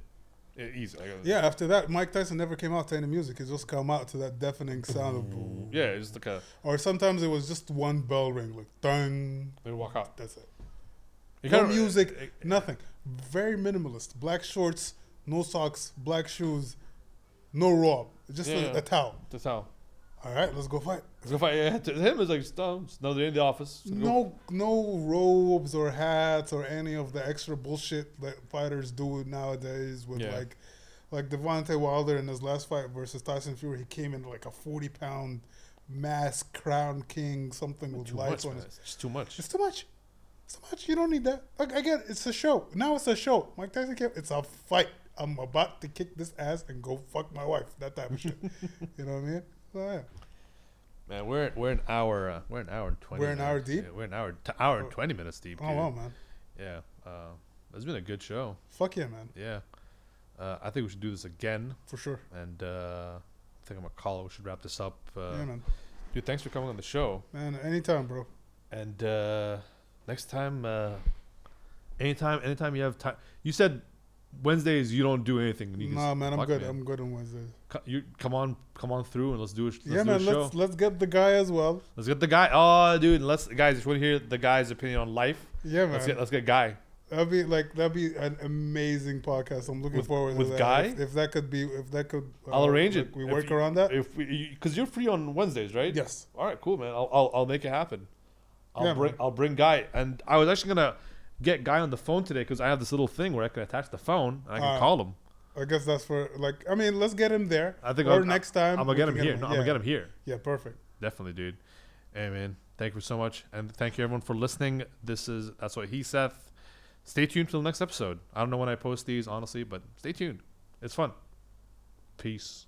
E- easy like, uh,
yeah. After that, Mike Tyson never came out to any music. He just come out to that deafening sound of boom.
yeah it's like a
Or sometimes it was just one bell ring, like dun.
they walk out
That's it.
You eh,
No
kinda- uh,
music, nothing. Very minimalist. Black shorts, no socks, black shoes, no robe. Just
Yeah.
a, a towel.
that's how
All right, let's go fight.
it's if I, yeah, to him it's like just, um, just another day in the office oh, Just go-
No, no robes or hats or any of the extra bullshit that fighters do nowadays. With
Yeah.
like, like Devontae Wilder in his last fight versus Tyson Fury, he came in like a forty-pound mask, crown king, something with
too
lights
much
on
man.
his
it's just too much
It's too much. It's too much. You don't need that. Like I get it. It's a show. Now it's a show. Mike Tyson came. It's a fight. I'm about to kick this ass and go fuck my wife. That type of shit. you know what I mean? So, yeah.
man we're we're an hour uh, we're an hour and 20
We're an hour
minutes.
deep?
Yeah, we're an hour t- hour and 20 minutes deep
Oh
dude.
wow, man.
yeah uh, it's been a good show
Fuck yeah, man.
Yeah. Uh, I think we should do this again.
For sure.
And uh, I think I'm going to call it. We should wrap this up. Uh,
yeah, man.
Dude, thanks for coming on the show.
Man, anytime, bro.
And uh, next time, uh, anytime anytime you have time. You said Wednesdays you don't do anything. You can
Nah,
s-
man. I'm
fuck,
good.
man.
I'm good on Wednesdays.
Co- you, come on come on through and let's do a, sh- let's
yeah,
do a
man.
show.
Let's let's get the guy as well.
Let's get the guy. Oh, dude. Let's Guys, if you want to hear the guy's opinion on life,
Yeah, man.
let's get, let's get Guy.
That'd be like that'd be an amazing podcast. I'm looking
With-
forward
with
to that.
Guy?
If, if that could be, if that could, uh,
I'll arrange
like,
it.
We
If
work
you-
around that.
If Because you're free on Wednesdays, right?
yes.
All right, cool, man. I'll I'll, I'll make it happen. I'll
Yeah,
bring
man.
I'll bring Guy, and I was actually gonna get Guy on the phone today because I have this little thing where I can attach the phone and I can
Uh,
call him.
I guess that's for like. I mean, let's get him there.
I think
or
I'll-
next time
I'm gonna
we
get
can
him here. No, I'm
yeah.
gonna get him here.
Yeah, perfect.
Definitely, dude. Hey, man. Thank you so much, and thank you everyone for listening. This is that's what he Seth. Stay tuned for the next episode. I don't know when I post these, honestly, but stay tuned. It's fun. Peace.